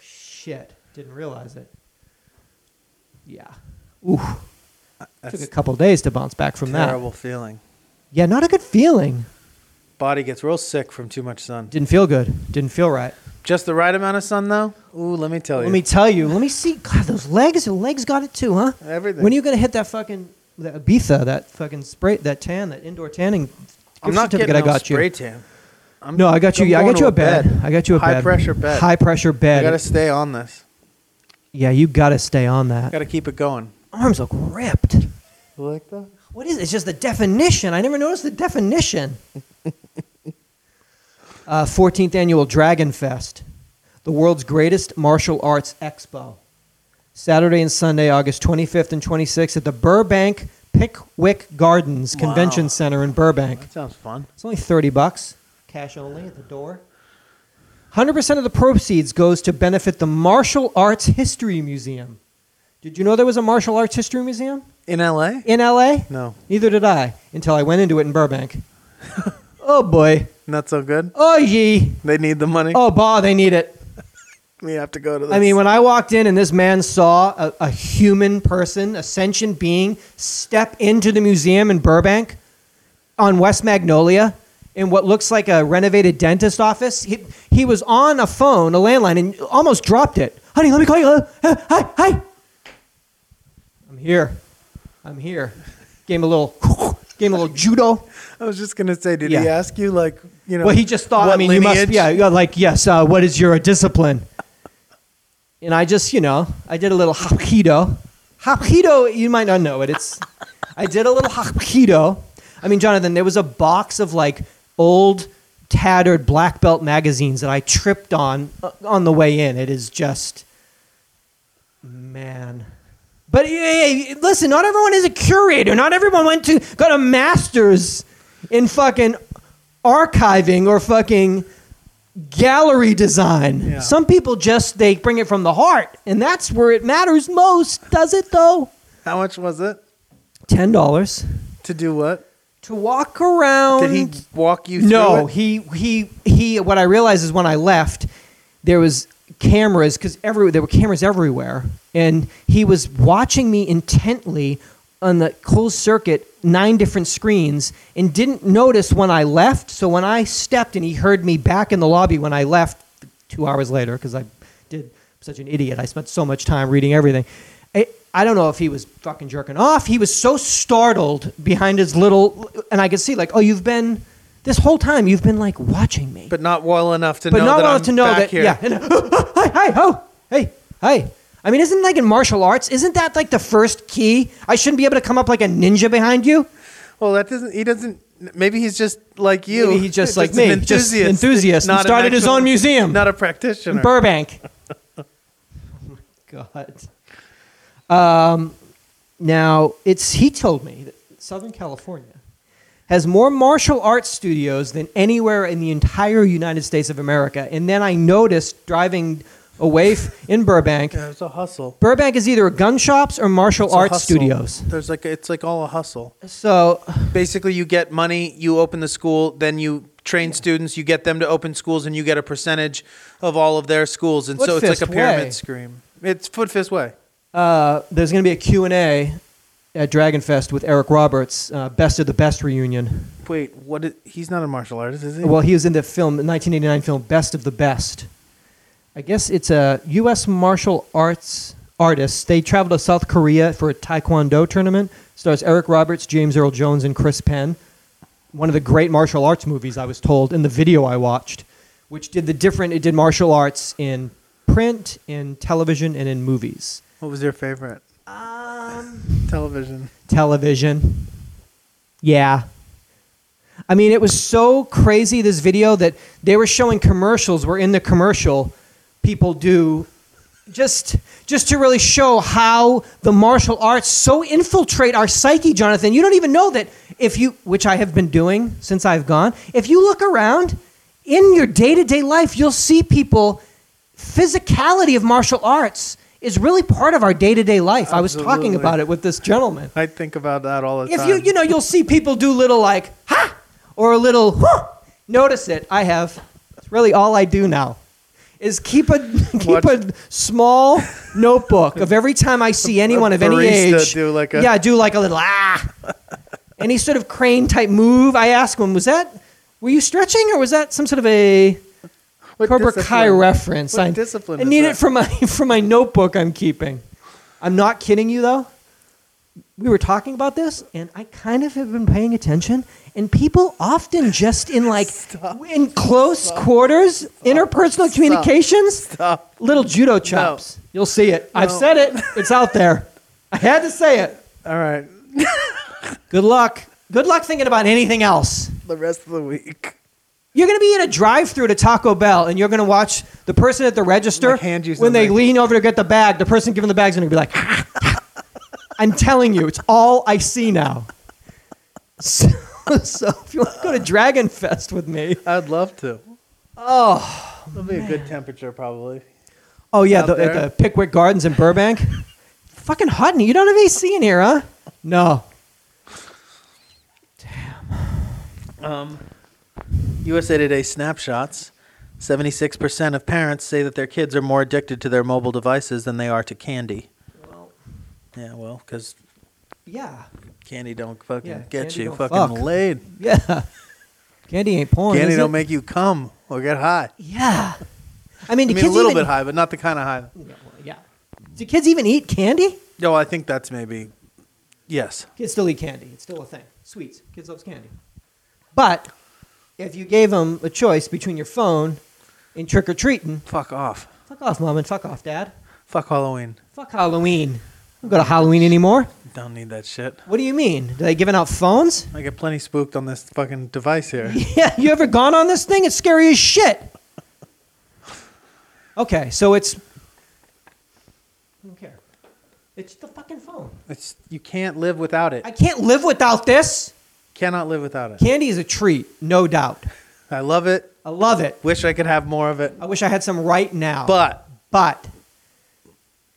Speaker 2: Shit, didn't realize it. Yeah. Ooh, took a couple days to bounce back from
Speaker 1: Terrible feeling.
Speaker 2: that. Yeah, not a good feeling.
Speaker 1: Body gets real sick from too much sun.
Speaker 2: Didn't feel good. Didn't feel right.
Speaker 1: Just the right amount of sun, though. Ooh, let me tell you.
Speaker 2: Let me tell you. Let me see. God, those legs. Your legs got it too, huh?
Speaker 1: Everything.
Speaker 2: When are you gonna hit that fucking that Ibiza? That fucking spray. That tan. That indoor tanning.
Speaker 1: I'm
Speaker 2: gift
Speaker 1: not
Speaker 2: certificate
Speaker 1: getting
Speaker 2: I
Speaker 1: no
Speaker 2: got
Speaker 1: spray
Speaker 2: you.
Speaker 1: tan. I'm,
Speaker 2: No, I got you.
Speaker 1: I'm
Speaker 2: yeah, I
Speaker 1: going
Speaker 2: got
Speaker 1: to
Speaker 2: you a bed. I got you a
Speaker 1: High
Speaker 2: bed.
Speaker 1: pressure bed.
Speaker 2: High pressure
Speaker 1: I
Speaker 2: bed.
Speaker 1: gotta stay on this.
Speaker 2: yeah, you gotta stay on that.
Speaker 1: Gotta keep it going.
Speaker 2: Arms look ripped.
Speaker 1: Like that?
Speaker 2: What is it? It's just the definition. I never noticed the definition. uh, 14th Annual Dragon Fest, the world's greatest martial arts expo. Saturday and Sunday, August 25th and 26th at the Burbank Pickwick Gardens Convention
Speaker 1: Wow.
Speaker 2: Center in Burbank.
Speaker 1: That sounds fun.
Speaker 2: It's only 30 bucks, cash only at the door. 100% of the proceeds goes to benefit the Martial Arts History Museum. Did you know there was a Martial Arts History Museum
Speaker 1: In LA?
Speaker 2: in LA?
Speaker 1: No,
Speaker 2: Neither did I until I went into it in Burbank. oh boy.
Speaker 1: not so good.
Speaker 2: Oh ye.
Speaker 1: They need the money.
Speaker 2: Oh bah, they need it.
Speaker 1: We have to go to. This.
Speaker 2: I mean, when I walked in and this man saw a, a human person, a sentient being, step into the museum in Burbank on West Magnolia in what looks like a renovated dentist office, he, he was on a phone, a landline, and almost dropped it. Honey, let me call you. Uh, uh, Hi, hi. I'm here. I'm here. Gave him a little, gave him a little judo.
Speaker 1: I was just gonna say, did he
Speaker 2: Yeah.
Speaker 1: ask you like, you know?
Speaker 2: Well, he just thought. I
Speaker 1: what
Speaker 2: mean, you
Speaker 1: lineage?
Speaker 2: must. Yeah, yeah, like yes. Uh, what is your discipline? and I just, you know, I did a little hapkido. Hapkido, you might not know it. It's. I did a little hapkido. I mean, Jonathan, there was a box of like old, tattered black belt magazines that I tripped on uh, on the way in. It is just, man. But hey, hey, listen, not everyone is a curator. Not everyone went to got a master's in fucking archiving or fucking gallery design.
Speaker 1: Yeah.
Speaker 2: Some people just they bring it from the heart, and that's where it matters most, does it though?
Speaker 1: How much was it
Speaker 2: Ten dollars
Speaker 1: to do what?
Speaker 2: to walk around.
Speaker 1: Did he walk you?
Speaker 2: Um, No,
Speaker 1: through it?
Speaker 2: he he he. What I realized is when I left, there was cameras because every there were cameras everywhere, and he was watching me intently on the closed circuit, nine different screens, and didn't notice when I left. So when I stepped, and he heard me back in the lobby when I left two hours later because I did such an idiot. I spent so much time reading everything. I, I don't know if he was fucking jerking off. He was so startled behind his little, and I could see like, oh, you've been this whole time. You've been like watching me,
Speaker 1: but not well enough to
Speaker 2: But
Speaker 1: know
Speaker 2: not
Speaker 1: that
Speaker 2: well
Speaker 1: I'm
Speaker 2: enough to know
Speaker 1: back
Speaker 2: that.
Speaker 1: here.
Speaker 2: Yeah. And, oh, hi, hi, ho, hey, hey. I mean, isn't like in martial arts, isn't that like the first key? I shouldn't be able to come up like a ninja behind you.
Speaker 1: Well, that doesn't. He doesn't. Maybe he's just like you.
Speaker 2: Maybe he's just like
Speaker 1: an
Speaker 2: me, just enthusiast and
Speaker 1: not an
Speaker 2: started his
Speaker 1: actual-
Speaker 2: own museum.
Speaker 1: Not a practitioner.
Speaker 2: Burbank. oh my God. Um, now it's he told me that Southern California has more martial arts studios than anywhere in the entire United States of America. And then I noticed driving away f- in Burbank,
Speaker 1: yeah, it's a hustle.
Speaker 2: Burbank is either gun shops or martial
Speaker 1: It's a
Speaker 2: arts
Speaker 1: hustle.
Speaker 2: studios.
Speaker 1: There's like it's like all a hustle.
Speaker 2: So
Speaker 1: Basically, you get money, you open the school, then you train students, you get them to open schools, and you get a percentage of all of their schools, and
Speaker 2: Foot
Speaker 1: so it's like
Speaker 2: fist
Speaker 1: a pyramid
Speaker 2: way.
Speaker 1: scheme. It's foot fist way.
Speaker 2: uh, there's going to be a Q&A at Dragonfest with Eric Roberts, uh, Best of the Best reunion.
Speaker 1: Wait, what? Is, he's not a martial artist, is he?
Speaker 2: Well, he was in the film, the 1989 film Best of the Best. I guess it's a U.S. martial arts artist. They traveled to South Korea for a Taekwondo tournament. Stars Eric Roberts, James Earl Jones, and Chris Penn. One of the great martial arts movies, I was told, in the video I watched, which did the different, it did martial arts in print, in television, and in movies.
Speaker 1: what was your favorite
Speaker 2: Um,
Speaker 1: television?
Speaker 2: television. Yeah. I mean, it was so crazy this video that they were showing commercials where in the commercial people do just just to really show how the martial arts so infiltrate our psyche, Jonathan. You don't even know that if you which I have been doing since I've gone, if you look around in your day-to-day life, you'll see people physicality of martial arts is really part of our day-to-day life. I was talking
Speaker 1: Absolutely.
Speaker 2: about it with this gentleman
Speaker 1: I think about that all the
Speaker 2: if
Speaker 1: time.
Speaker 2: you you know you'll see people do little like ha or a little whew. notice it i have it's really all i do now is keep a keep
Speaker 1: Watch-
Speaker 2: a small notebook of every time i see anyone of any
Speaker 1: barista
Speaker 2: age
Speaker 1: do like a-
Speaker 2: yeah do like a little ah any sort of crane type move i ask them was that were you stretching or was that some sort of a
Speaker 1: What
Speaker 2: Cobra
Speaker 1: discipline?
Speaker 2: Kai reference.
Speaker 1: What
Speaker 2: I,
Speaker 1: discipline
Speaker 2: I
Speaker 1: is
Speaker 2: need
Speaker 1: that?
Speaker 2: it for my for my notebook I'm keeping. I'm not kidding you though. We were talking about this, and I kind of have been paying attention. And people often just in like in close quarters, interpersonal communications,
Speaker 1: Stop.
Speaker 2: little judo chops. You'll see it. I've
Speaker 1: No.
Speaker 2: said it. It's out there. I had to say it.
Speaker 1: All right,
Speaker 2: Good luck. Good luck thinking about anything else.
Speaker 1: the rest of the week.
Speaker 2: You're going to be in a drive-through to Taco Bell, and you're going to watch the person at the register
Speaker 1: Like, hand you
Speaker 2: when they
Speaker 1: something.
Speaker 2: lean over to get the bag. The person giving the bag's going to be like, "I'm telling you, it's all I see now." So, so if you want to go to Dragon Fest with me,
Speaker 1: I'd love to.
Speaker 2: oh,
Speaker 1: It'll be a good temperature, probably.
Speaker 2: oh yeah,
Speaker 1: Out
Speaker 2: the, at
Speaker 1: there.
Speaker 2: the Pickwick Gardens in Burbank, fucking hot, and you don't have AC in here, huh? No.
Speaker 1: Um, USA Today snapshots. 76% of parents say that their kids are more addicted to their mobile devices than they are to candy. Yeah, well, because
Speaker 2: Yeah.
Speaker 1: candy don't fucking
Speaker 2: Yeah,
Speaker 1: get
Speaker 2: candy
Speaker 1: you
Speaker 2: don't
Speaker 1: fucking
Speaker 2: fuck.
Speaker 1: laid.
Speaker 2: Yeah. Candy ain't porn.
Speaker 1: candy
Speaker 2: is
Speaker 1: don't
Speaker 2: it?
Speaker 1: make you come or get high.
Speaker 2: Yeah. I mean,
Speaker 1: I
Speaker 2: do
Speaker 1: mean, a
Speaker 2: kids
Speaker 1: little
Speaker 2: even-
Speaker 1: bit high, but not the kind of high.
Speaker 2: Yeah. Do kids even eat candy?
Speaker 1: No, I think that's maybe, yes.
Speaker 2: Kids still eat candy. It's still a thing. Sweets. Kids loves candy. But if you gave them a choice between your phone and trick or treating,
Speaker 1: Fuck off.
Speaker 2: fuck off, mom, and fuck off, dad.
Speaker 1: Fuck Halloween.
Speaker 2: Fuck Halloween. I don't go to Halloween anymore.
Speaker 1: Don't need that shit.
Speaker 2: What do you mean? Do they giving out phones?
Speaker 1: I get plenty spooked on this fucking device here.
Speaker 2: Yeah, you ever gone on this thing? It's scary as shit. Okay, so it's. I don't care. It's the fucking phone.
Speaker 1: It's, you can't live without it.
Speaker 2: I can't live without this.
Speaker 1: Cannot live without it.
Speaker 2: Candy is a treat, no doubt.
Speaker 1: I love it.
Speaker 2: I love it.
Speaker 1: Wish I could have more of it.
Speaker 2: I wish I had some right now.
Speaker 1: But
Speaker 2: but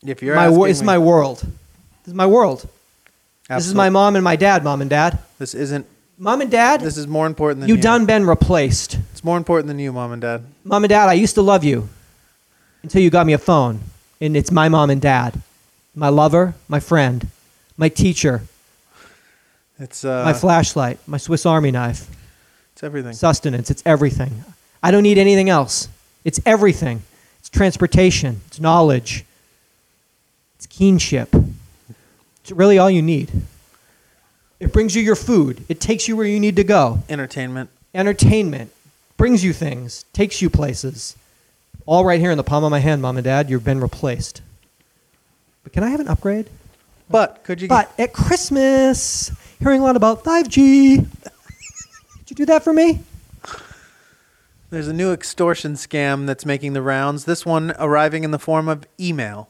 Speaker 1: if you're
Speaker 2: my
Speaker 1: asking
Speaker 2: wor- it's
Speaker 1: me,
Speaker 2: my world. This is my world. This is
Speaker 1: absolute-
Speaker 2: my mom and my dad. Mom and dad.
Speaker 1: This isn't.
Speaker 2: Mom and dad.
Speaker 1: This is more important than
Speaker 2: you done been replaced.
Speaker 1: It's more important than you, mom and dad.
Speaker 2: Mom and dad. I used to love you until you got me a phone, and it's my mom and dad, my lover, my friend, my teacher,
Speaker 1: It's uh,
Speaker 2: my flashlight, my Swiss Army knife,
Speaker 1: it's everything.
Speaker 2: sustenance. It's everything. I don't need anything else. It's everything. It's transportation. It's knowledge. It's keenship. It's really all you need. It brings you your food. It takes you where you need to go.
Speaker 1: Entertainment.
Speaker 2: Entertainment brings you things, takes you places. All right here in the palm of my hand, mom and dad. You've been replaced. But can I have an upgrade?
Speaker 1: But could you?
Speaker 2: But at Christmas, hearing a lot about 5G. Could you do that for me?
Speaker 1: There's a new extortion scam that's making the rounds, this one arriving in the form of email.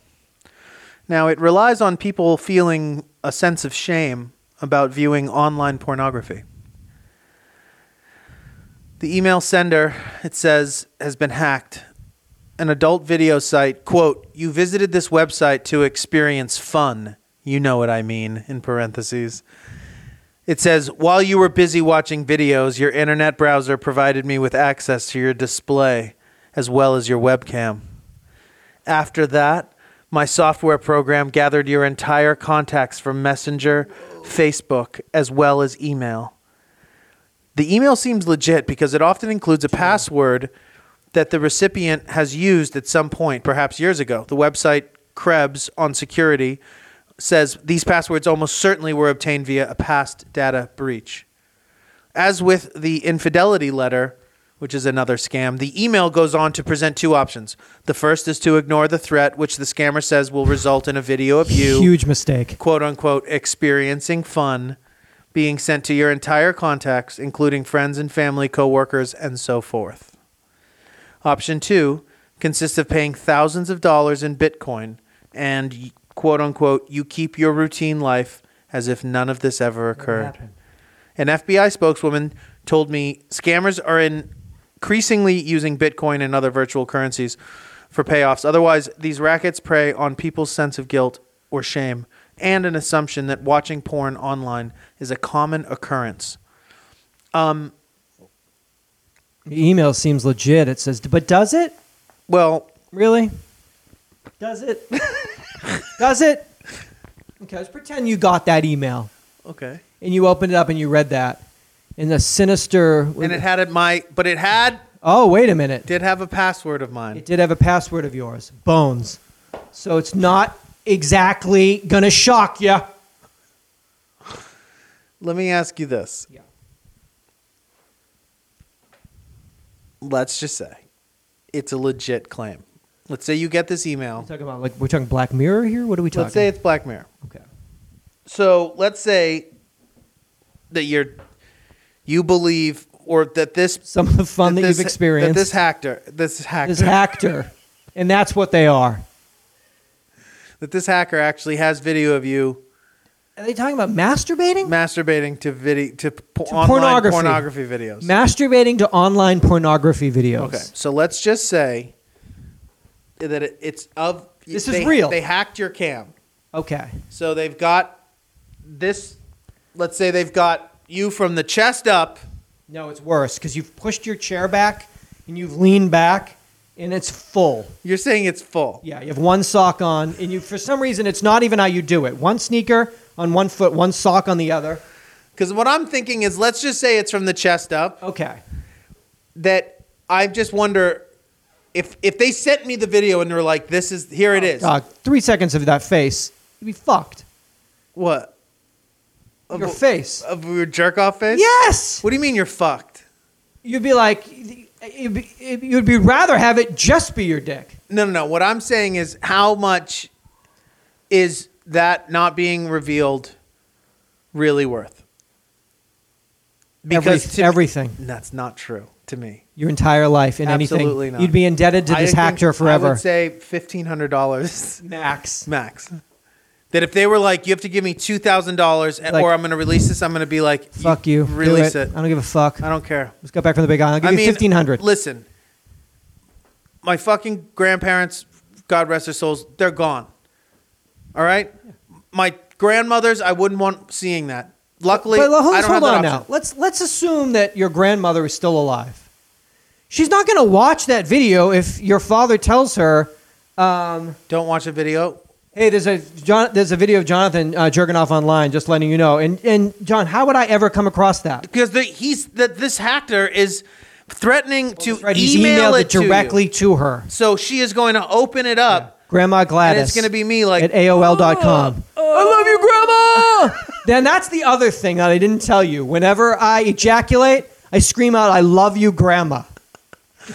Speaker 1: Now, it relies on people feeling a sense of shame about viewing online pornography. The email sender, it says, has been hacked. An adult video site, quote, you visited this website to experience fun. You know what I mean, in parentheses. It says, while you were busy watching videos, your internet browser provided me with access to your display as well as your webcam. After that, my software program gathered your entire contacts from Messenger, Facebook, as well as email. The email seems legit because it often includes a password that the recipient has used at some point, perhaps years ago. The website Krebs on security says these passwords almost certainly were obtained via a past data breach. As with the infidelity letter, which is another scam, the email goes on to present two options. The first is to ignore the threat, which the scammer says will result in a video of you
Speaker 2: Huge mistake.
Speaker 1: quote unquote experiencing fun being sent to your entire contacts, including friends and family, coworkers, and so forth. Option two consists of paying thousands of dollars in Bitcoin and y- quote unquote, you keep your routine life as if none of this ever occurred.
Speaker 2: happened.
Speaker 1: An FBI spokeswoman told me scammers are increasingly using Bitcoin and other virtual currencies for payoffs. Otherwise, these rackets prey on people's sense of guilt or shame and an assumption that watching porn online is a common occurrence.
Speaker 2: The email seems legit. It says, but does it?
Speaker 1: Well,
Speaker 2: Really? Does it? does it? Okay, let's pretend you got that email
Speaker 1: okay.
Speaker 2: and you opened it up and you read that. And the sinister.
Speaker 1: And it had it my but it had
Speaker 2: oh, wait a minute.
Speaker 1: did have a password of mine.
Speaker 2: It did have a password of yours, Bones. So it's not exactly gonna shock you.
Speaker 1: Let me ask you this.
Speaker 2: Yeah.
Speaker 1: Let's just say it's a legit claim. Let's say you get this email.
Speaker 2: We're talking about like we're talking Black Mirror here. What are we talking?
Speaker 1: Let's say it's Black Mirror.
Speaker 2: okay.
Speaker 1: So let's say that you're you believe or that this
Speaker 2: Some of the fun that,
Speaker 1: this,
Speaker 2: you've experienced.
Speaker 1: that this hacker this hacker
Speaker 2: this actor, and that's what they are.
Speaker 1: that this hacker actually has video of you
Speaker 2: Are they talking about masturbating?
Speaker 1: masturbating to video to, po-
Speaker 2: To
Speaker 1: online pornography,
Speaker 2: pornography.
Speaker 1: videos.
Speaker 2: masturbating to online pornography videos.
Speaker 1: okay, so let's just say that it, it's of
Speaker 2: This is
Speaker 1: they-
Speaker 2: real.
Speaker 1: They hacked your cam.
Speaker 2: Okay.
Speaker 1: So they've got this. Let's say they've got you from the chest up.
Speaker 2: No, it's worse because you've pushed your chair back and you've leaned back, and it's full.
Speaker 1: You're saying it's full.
Speaker 2: Yeah, you have one sock on, and you for some reason it's not even how you do it. One sneaker on one foot, one sock on the other.
Speaker 1: Because what I'm thinking is, let's just say it's from the chest up.
Speaker 2: Okay.
Speaker 1: That I just wonder if if they sent me the video and they're like, "This is here it is."
Speaker 2: Dog, Uh, three seconds of that face, you'd be fucked.
Speaker 1: What
Speaker 2: Your
Speaker 1: Of-
Speaker 2: face.
Speaker 1: of your jerk off face?
Speaker 2: yes!
Speaker 1: What do you mean you're fucked?
Speaker 2: You'd be like, you'd be, you'd be rather have it just be your dick.
Speaker 1: No, no, no. What I'm saying is, how much is that not being revealed really worth?
Speaker 2: Every- everything.
Speaker 1: That's not true to me.
Speaker 2: Your entire life in
Speaker 1: Absolutely
Speaker 2: anything.
Speaker 1: not.
Speaker 2: You'd be indebted to
Speaker 1: I
Speaker 2: this
Speaker 1: think
Speaker 2: actor
Speaker 1: I
Speaker 2: forever.
Speaker 1: would say fifteen hundred dollars
Speaker 2: Max.
Speaker 1: max. That if they were like, you have to give me two thousand dollars, eh,
Speaker 2: Like-
Speaker 1: or I'm going to release this, I'm going to be like,
Speaker 2: Fuck you. Do
Speaker 1: release it.
Speaker 2: I don't give a fuck.
Speaker 1: I don't care.
Speaker 2: Let's go back from the big island. I'll give
Speaker 1: Uh, I
Speaker 2: you
Speaker 1: mean,
Speaker 2: 1500
Speaker 1: Listen, my fucking grandparents, God rest their souls, they're gone. All right, my grandmothers, I wouldn't want seeing that. Luckily,
Speaker 2: But hold,
Speaker 1: I don't have
Speaker 2: hold
Speaker 1: that
Speaker 2: on now.
Speaker 1: option.
Speaker 2: Let's let's assume that your grandmother is still alive. She's not going to watch that video if your father tells her,
Speaker 1: Don't watch a video.
Speaker 2: "Hey, there's a John, there's a video of Jonathan uh, jerking off online. Just letting you know." And and John, how would I ever come across that?
Speaker 1: because the, he's that this hacker is threatening to
Speaker 2: Right, he's
Speaker 1: email
Speaker 2: emailed
Speaker 1: it,
Speaker 2: it directly to, her.
Speaker 1: To you. So she is going to open it up.
Speaker 2: Grandma Gladys.
Speaker 1: it's gonna be me, like, oh,
Speaker 2: at AOL.com. I love you, Grandma. then that's the other thing that I didn't tell you. Whenever I ejaculate, I scream out, "I love you, Grandma."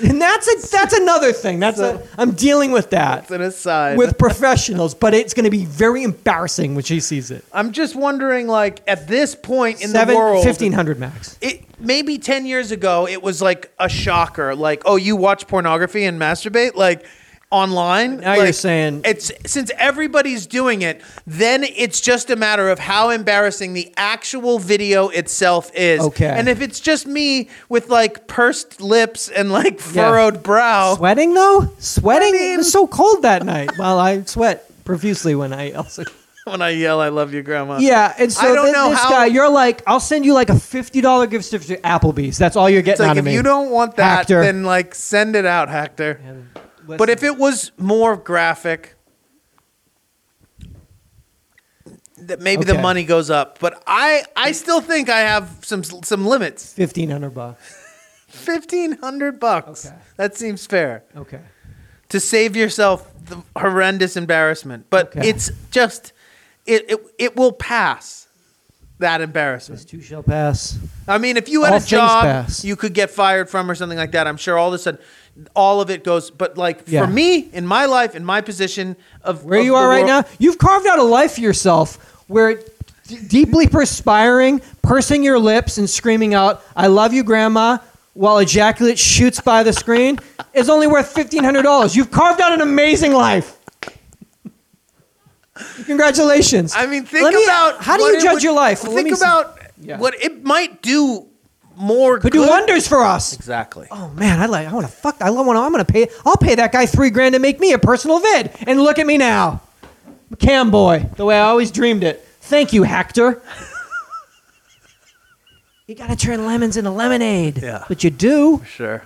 Speaker 2: And that's a, that's another thing. That's a, I'm dealing with that
Speaker 1: It's an aside.
Speaker 2: with professionals, but it's going to be very embarrassing when she sees it.
Speaker 1: I'm just wondering, like at this point in
Speaker 2: Seven,
Speaker 1: the world,
Speaker 2: 1500 max.
Speaker 1: it maybe 10 years ago it was like a shocker like oh you watch pornography and masturbate like online
Speaker 2: Now you're
Speaker 1: Like,
Speaker 2: saying-
Speaker 1: it's since everybody's doing it then it's just a matter of how embarrassing the actual video itself is
Speaker 2: Okay.
Speaker 1: and if it's just me with like pursed lips and like furrowed brow
Speaker 2: Sweating though? Sweating?
Speaker 1: Oh. I mean-
Speaker 2: it was so cold that night. well, I sweat profusely when I also.
Speaker 1: when i yell i love you grandma
Speaker 2: Yeah, and so
Speaker 1: I don't
Speaker 2: thi-
Speaker 1: know
Speaker 2: this
Speaker 1: how-
Speaker 2: guy, you're like, I'll send you like a fifty dollar gift certificate to Applebee's. That's all you're
Speaker 1: it's
Speaker 2: getting
Speaker 1: like
Speaker 2: out
Speaker 1: if
Speaker 2: of me.
Speaker 1: you don't want that
Speaker 2: Hector.
Speaker 1: then like send it out hector but if it was more graphic that maybe the
Speaker 2: Okay.
Speaker 1: money goes up but i i still think i have some some limits
Speaker 2: fifteen hundred bucks,
Speaker 1: 1500 bucks
Speaker 2: Okay.
Speaker 1: that seems fair
Speaker 2: okay,
Speaker 1: to save yourself the horrendous embarrassment but
Speaker 2: Okay.
Speaker 1: it's just it, it it will pass that
Speaker 2: this
Speaker 1: embarrassment
Speaker 2: two shall pass.
Speaker 1: i mean if you had
Speaker 2: All
Speaker 1: a
Speaker 2: things
Speaker 1: job
Speaker 2: pass.
Speaker 1: you could get fired from or something like that i'm sure all of a sudden all of it goes but like
Speaker 2: Yeah.
Speaker 1: for me in my life in my position of
Speaker 2: Where
Speaker 1: of
Speaker 2: you
Speaker 1: the
Speaker 2: are right
Speaker 1: world-
Speaker 2: now, you've carved out a life for yourself where. d- Deeply perspiring, pursing your lips, and screaming out, I love you, Grandma, while ejaculate shoots by the screen is only worth $1,500. You've carved out an amazing life. Congratulations.
Speaker 1: I mean, think
Speaker 2: Let me-
Speaker 1: about
Speaker 2: how do
Speaker 1: what
Speaker 2: you
Speaker 1: it
Speaker 2: judge
Speaker 1: would-
Speaker 2: your life? Let
Speaker 1: Think
Speaker 2: me see.
Speaker 1: about
Speaker 2: Yeah.
Speaker 1: what it might do more.
Speaker 2: could do
Speaker 1: good-
Speaker 2: wonders for us.
Speaker 1: Exactly.
Speaker 2: Oh man, I like. I want to fuck. I want. to. I'm gonna pay. I'll pay that guy three grand to make me a personal vid. And look at me now, cam boy, the way I always dreamed it. Thank you, Hector. you gotta turn lemons into lemonade.
Speaker 1: Yeah.
Speaker 2: but you do.
Speaker 1: Sure.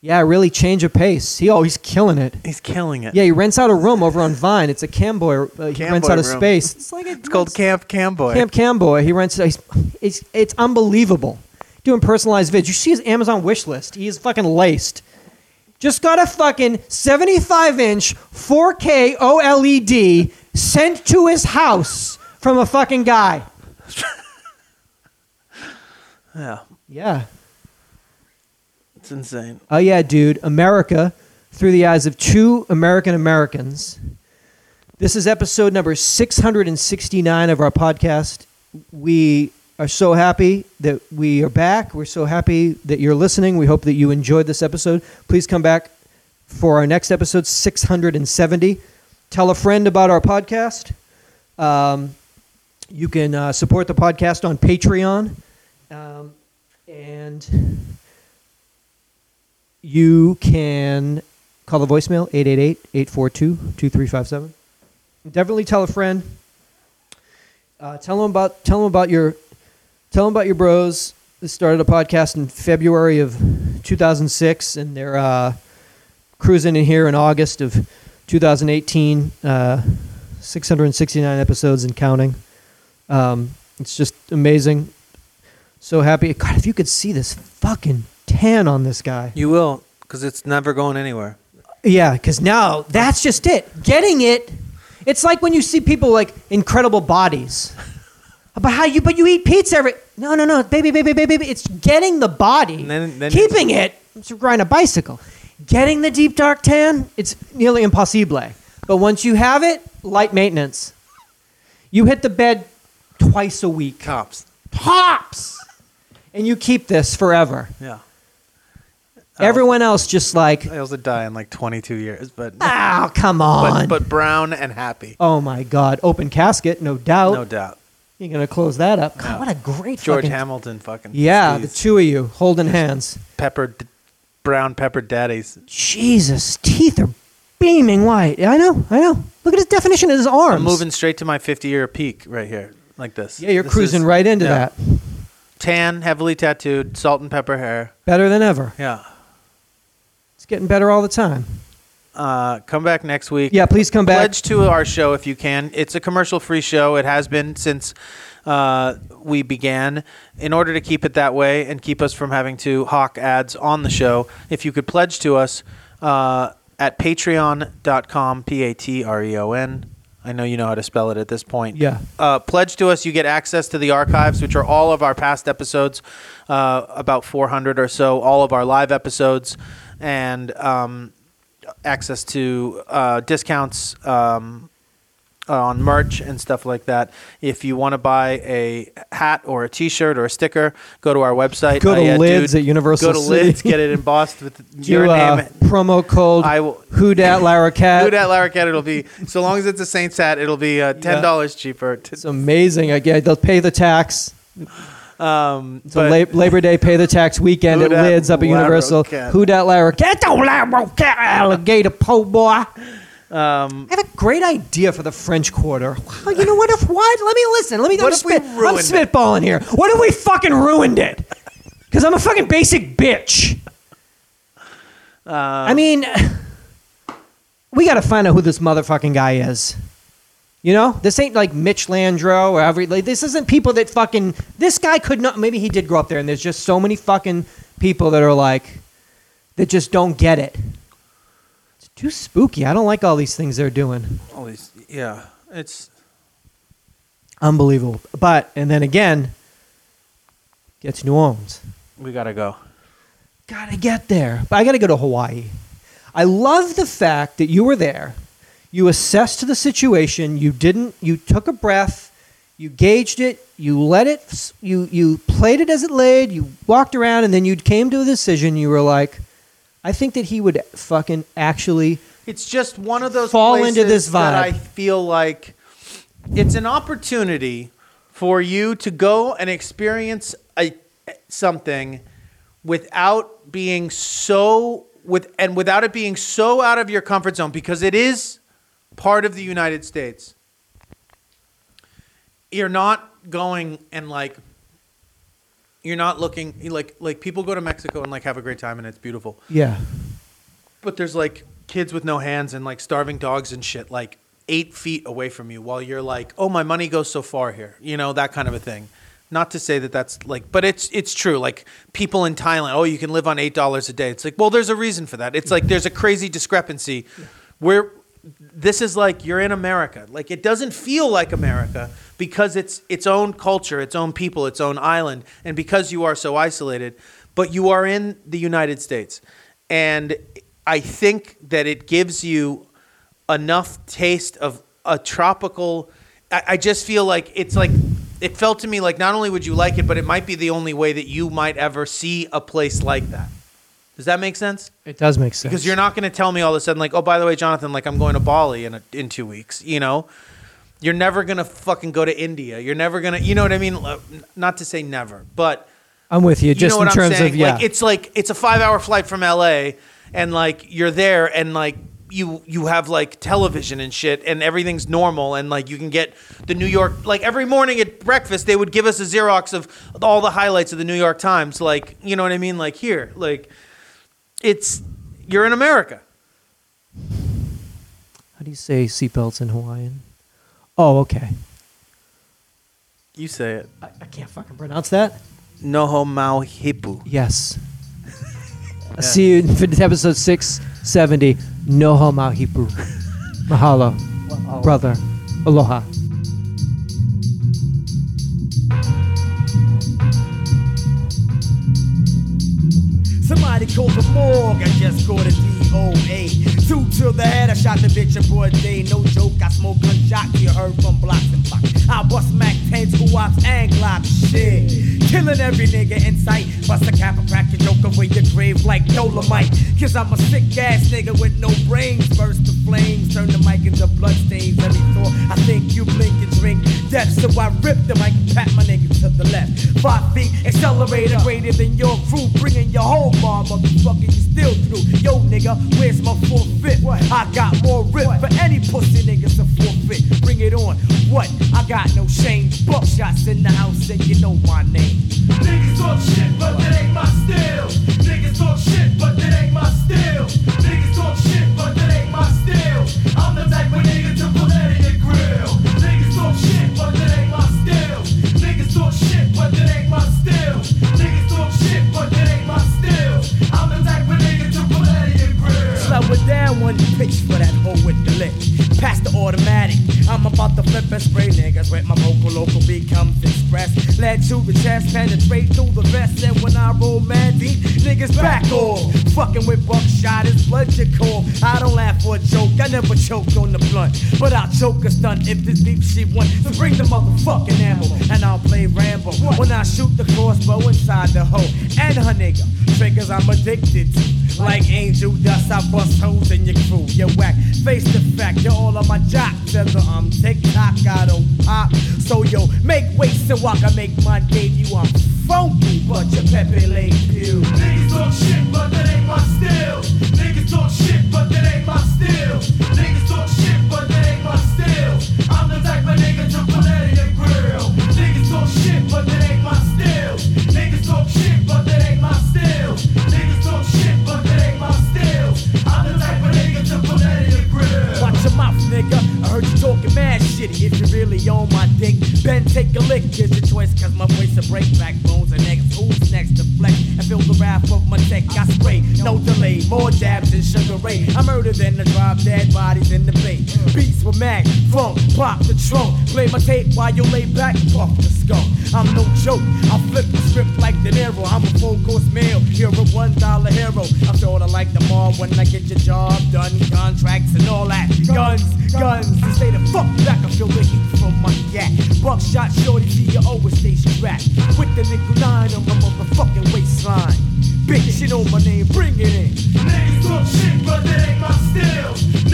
Speaker 2: Yeah, really change of pace. He always killing it.
Speaker 1: He's killing it.
Speaker 2: Yeah, he rents out a room over on Vine. It's a cam boy. Uh, he
Speaker 1: Cam
Speaker 2: rents
Speaker 1: boy
Speaker 2: out a
Speaker 1: room.
Speaker 2: space. It's like a,
Speaker 1: It's called Camp Camboy.
Speaker 2: Camp Camboy. He rents. He's, it's, it's unbelievable. Doing personalized vids. You see his Amazon wish list. He is fucking laced. Just got a fucking 75 inch 4K OLED E sent to his house from a fucking guy.
Speaker 1: Yeah.
Speaker 2: Yeah.
Speaker 1: It's insane.
Speaker 2: Oh, yeah, dude. America through the eyes of two American Americans. This is episode number 669 of our podcast. We are so happy that we are back. We're so happy that you're listening. We hope that you enjoyed this episode. Please come back for our next episode, 670. Tell a friend about our podcast. Um, you can uh, support the podcast on Patreon. Um, and you can call the voicemail 888-842-2357 definitely tell a friend uh, tell them about tell them about your tell them about your bros they started a podcast in february of 2006 and they're uh, cruising in here in august of 2018 uh, 669 episodes and counting um, it's just amazing so happy god if you could see this fucking tan on this guy
Speaker 1: You will, because it's never going anywhere.
Speaker 2: yeah, because now that's just it. Getting it, it's like when you see people like incredible bodies. But how you? But you eat pizza every. No, no, no, baby, baby, baby, baby. It's getting the body,
Speaker 1: And then- then-
Speaker 2: keeping it. It's riding a bicycle. Getting the deep dark tan, it's nearly impossible. But once you have it, light maintenance. You hit the bed twice a week,
Speaker 1: Cops.
Speaker 2: tops, and you keep this forever.
Speaker 1: Yeah. Oh.
Speaker 2: Everyone else just like,
Speaker 1: I also die in like 22 years, but
Speaker 2: oh, come on.
Speaker 1: but, but brown and happy,
Speaker 2: Oh my God! Open casket, no doubt.
Speaker 1: no doubt.
Speaker 2: You're gonna close that up. God,
Speaker 1: No.
Speaker 2: what a great
Speaker 1: George
Speaker 2: fucking-
Speaker 1: Hamilton, fucking
Speaker 2: Yeah, the
Speaker 1: Steez.
Speaker 2: two of you holding hands.
Speaker 1: peppered, brown peppered daddies.
Speaker 2: Jesus, teeth are beaming white. Yeah, I know, I know. Look at his definition of his arms.
Speaker 1: I'm moving straight to my 50 year peak right here, like this.
Speaker 2: Yeah, you're
Speaker 1: This
Speaker 2: cruising
Speaker 1: is-
Speaker 2: right into
Speaker 1: yeah.
Speaker 2: that.
Speaker 1: Tan, heavily tattooed, salt and pepper hair.
Speaker 2: Better than ever.
Speaker 1: Yeah.
Speaker 2: It's getting better all the time.
Speaker 1: Uh, come back next week.
Speaker 2: Yeah, please come back.
Speaker 1: Pledge to our show if you can. It's a commercial free show. It has been since uh, we began. In order to keep it that way and keep us from having to hawk ads on the show, if you could pledge to us uh, at patreon.com, P A T R E O N. I know you know how to spell it at this point.
Speaker 2: Yeah.
Speaker 1: Uh, pledge to us, you get access to the archives, which are all of our past episodes, uh, about 400 or so, all of our live episodes, and um, access to uh, discounts um, on merch and stuff like that. If you want to buy a hat or a T-shirt or a sticker, go to our website.
Speaker 2: Go to
Speaker 1: Uh, yeah,
Speaker 2: Lids
Speaker 1: dude.
Speaker 2: at Universal
Speaker 1: Go to
Speaker 2: City.
Speaker 1: Lids, get it embossed with your
Speaker 2: Do uh,
Speaker 1: name.
Speaker 2: promo code
Speaker 1: I will-
Speaker 2: Who Dat Lara Cat.
Speaker 1: Who dat Larry Cat? It'll be so long as it's a Saints hat. It'll be uh, ten dollars cheaper. To,
Speaker 2: It's amazing. I get, they'll pay the tax.
Speaker 1: um,
Speaker 2: It's a lab- Labor Day pay the tax weekend
Speaker 1: Who
Speaker 2: at
Speaker 1: dat
Speaker 2: Lids up at
Speaker 1: Lara
Speaker 2: Universal.
Speaker 1: Cat?
Speaker 2: Who dat Lara Cat? Don't Lara Cat alligator po boy.
Speaker 1: um,
Speaker 2: I have a great idea for the French Quarter. Well, you know what? If what? Let me listen. Let me.
Speaker 1: What
Speaker 2: I'm
Speaker 1: if we
Speaker 2: spit- I'm
Speaker 1: ruined it?
Speaker 2: spitballing here. What if we fucking ruined it? Because I'm a fucking basic bitch.
Speaker 1: Uh,
Speaker 2: I mean, we got to find out who this motherfucking guy is. You know, this ain't like Mitch Landreau or every. Like, this isn't people that fucking. This guy could not. Maybe he did grow up there, and there's just so many fucking people that are like, that just don't get it. It's too spooky. I don't like all these things they're doing.
Speaker 1: all these, yeah, it's
Speaker 2: Unbelievable. But and then again, get to New Orleans.
Speaker 1: we gotta go.
Speaker 2: Gotta get there. But I gotta go to Hawaii. I love the fact that you were there. You assessed the situation. You didn't. You took a breath. You gauged it. You let it. You you played it as it laid. You walked around, and then you came to a decision. You were like, I think that he would fucking actually.
Speaker 1: It's just one of those
Speaker 2: Fall into
Speaker 1: places
Speaker 2: this
Speaker 1: that
Speaker 2: vibe.
Speaker 1: I feel like it's an opportunity for you to go and experience a something without being so with and without it being so out of your comfort zone because it is part of the United States. You're not going and like you're not looking like like people go to Mexico and like have a great time and it's beautiful
Speaker 2: Yeah.
Speaker 1: but there's like kids with no hands and like starving dogs and shit like eight feet away from you while you're like oh my money goes so far here you know that kind of a thing not to say that that's like but it's it's true like people in thailand oh you can live on eight dollars a day it's like well there's a reason for that it's like there's a crazy discrepancy where this is like you're in america like it doesn't feel like america because it's its own culture its own people its own island and because you are so isolated but you are in the united states and I think that it gives you enough taste of a tropical. I, I just feel like it's like it felt to me like not only would you like it, but it might be the only way that you might ever see a place like that. Does that make sense?
Speaker 2: It does make sense.
Speaker 1: Because you're not going to tell me all of a sudden, like, oh, by the way, Jonathan, like, I'm going to Bali in a, in two weeks. You know, you're never going to fucking go to India. You're never going to, you know what I mean? L- Not to say never, but
Speaker 2: I'm with you.
Speaker 1: you
Speaker 2: Just
Speaker 1: know what
Speaker 2: in terms
Speaker 1: I'm saying?
Speaker 2: of yeah.
Speaker 1: Like it's like it's a five hour flight from LA and like you're there and like you you have like television and shit and everything's normal and like you can get the New York like every morning at breakfast they would give us a Xerox of all the highlights of the New York Times. Like, you know what I mean? Like here. Like it's you're in America.
Speaker 2: How do you say seatbelts in Hawaiian? Oh, okay.
Speaker 1: You say it.
Speaker 2: I, I can't fucking pronounce that.
Speaker 1: Noho mau hipu.
Speaker 2: Yes. I'll see you in fin- episode 670. Noho mahipu. Mahalo. Brother. Aloha.
Speaker 3: Somebody called the morgue, I just called a DOA. Two to the head, I shot the bitch in broad day. No joke, I smoke gunshots, you heard from blocks and blocks. I bust Mac 10, two ops, and Glock shit. Killing every nigga in sight. Bust a cap and crack your joke away your grave like Dolomite. Cause I'm a sick ass nigga with no brains. Burst the flames, turn the mic into bloodstains. Every thought, I think you blink and drink death. So I rip the mic and pat my nigga to the left. Five feet, accelerator greater than your crew. Bringing your whole bar, motherfucker, you still through. Yo, nigga, where's my forfeit? I got more rip for any pussy niggas to forfeit. Bring it on. What? I got no shame. Buckshots in the house, and you know my name.
Speaker 4: Niggas talk shit, but that ain't my style. Niggas talk shit, but that ain't my style. Niggas talk shit, but that ain't my
Speaker 3: From local, local becomes express. Led to the chest, penetrate through the vest. And when I roll mad deep, niggas back off. Fucking with buckshot is blood you call. I don't laugh for a joke, I never choke on the blunt. But I'll choke a stunt if this deep she wants. So bring the motherfucking ammo, and I'll play Rambo. When I shoot the crossbow inside the hole, and her nigga, triggers I'm addicted to. Like angel dust, I bust holes in your crew. You're whack, face the fact, you're all on my jock. Tether, I'm tick tock, I don't pop. So yo, make way so I can make my debut. I'm funky, but your Pepe Le Pew.
Speaker 4: Niggas talk shit, but that ain't my style. Niggas talk shit, but that ain't my style. Niggas talk shit, but that ain't my style. I'm the type of nigga to pull out of your grill. Niggas talk shit, but that ain't my style. Niggas talk shit, but that ain't my style. Niggas talk shit, but that ain't my style. I'm the type of nigga to pull out of your grill.
Speaker 3: Watch your mouth, nigga. I heard you talking mad shitty. If you really on my dick, then take a lick. Here's your choice, cause my voice will break backbones and next. Who's next to flex? And feel the wrath of my tech. I spray, no delay. More jabs than Sugar Ray. I murder than the drop dead bodies in the bay. Beats with mag, funk, pop the trunk. Play my tape while you lay back, puff the skunk. I'm no joke. I flip the script like De Niro. I'm a full course meal. You're a one dollar hero. I'm sorta like the mob when I get your job done. Contracts and all that. Guns, guns. You stay the fuck back. I feel the heat from my gat. Buckshot shorty, see you always stay strapped. With the nickel nine on my motherfucking waistline. Bitch, you know my name. Bring it in.
Speaker 4: Niggas talk shit, but that ain't my style.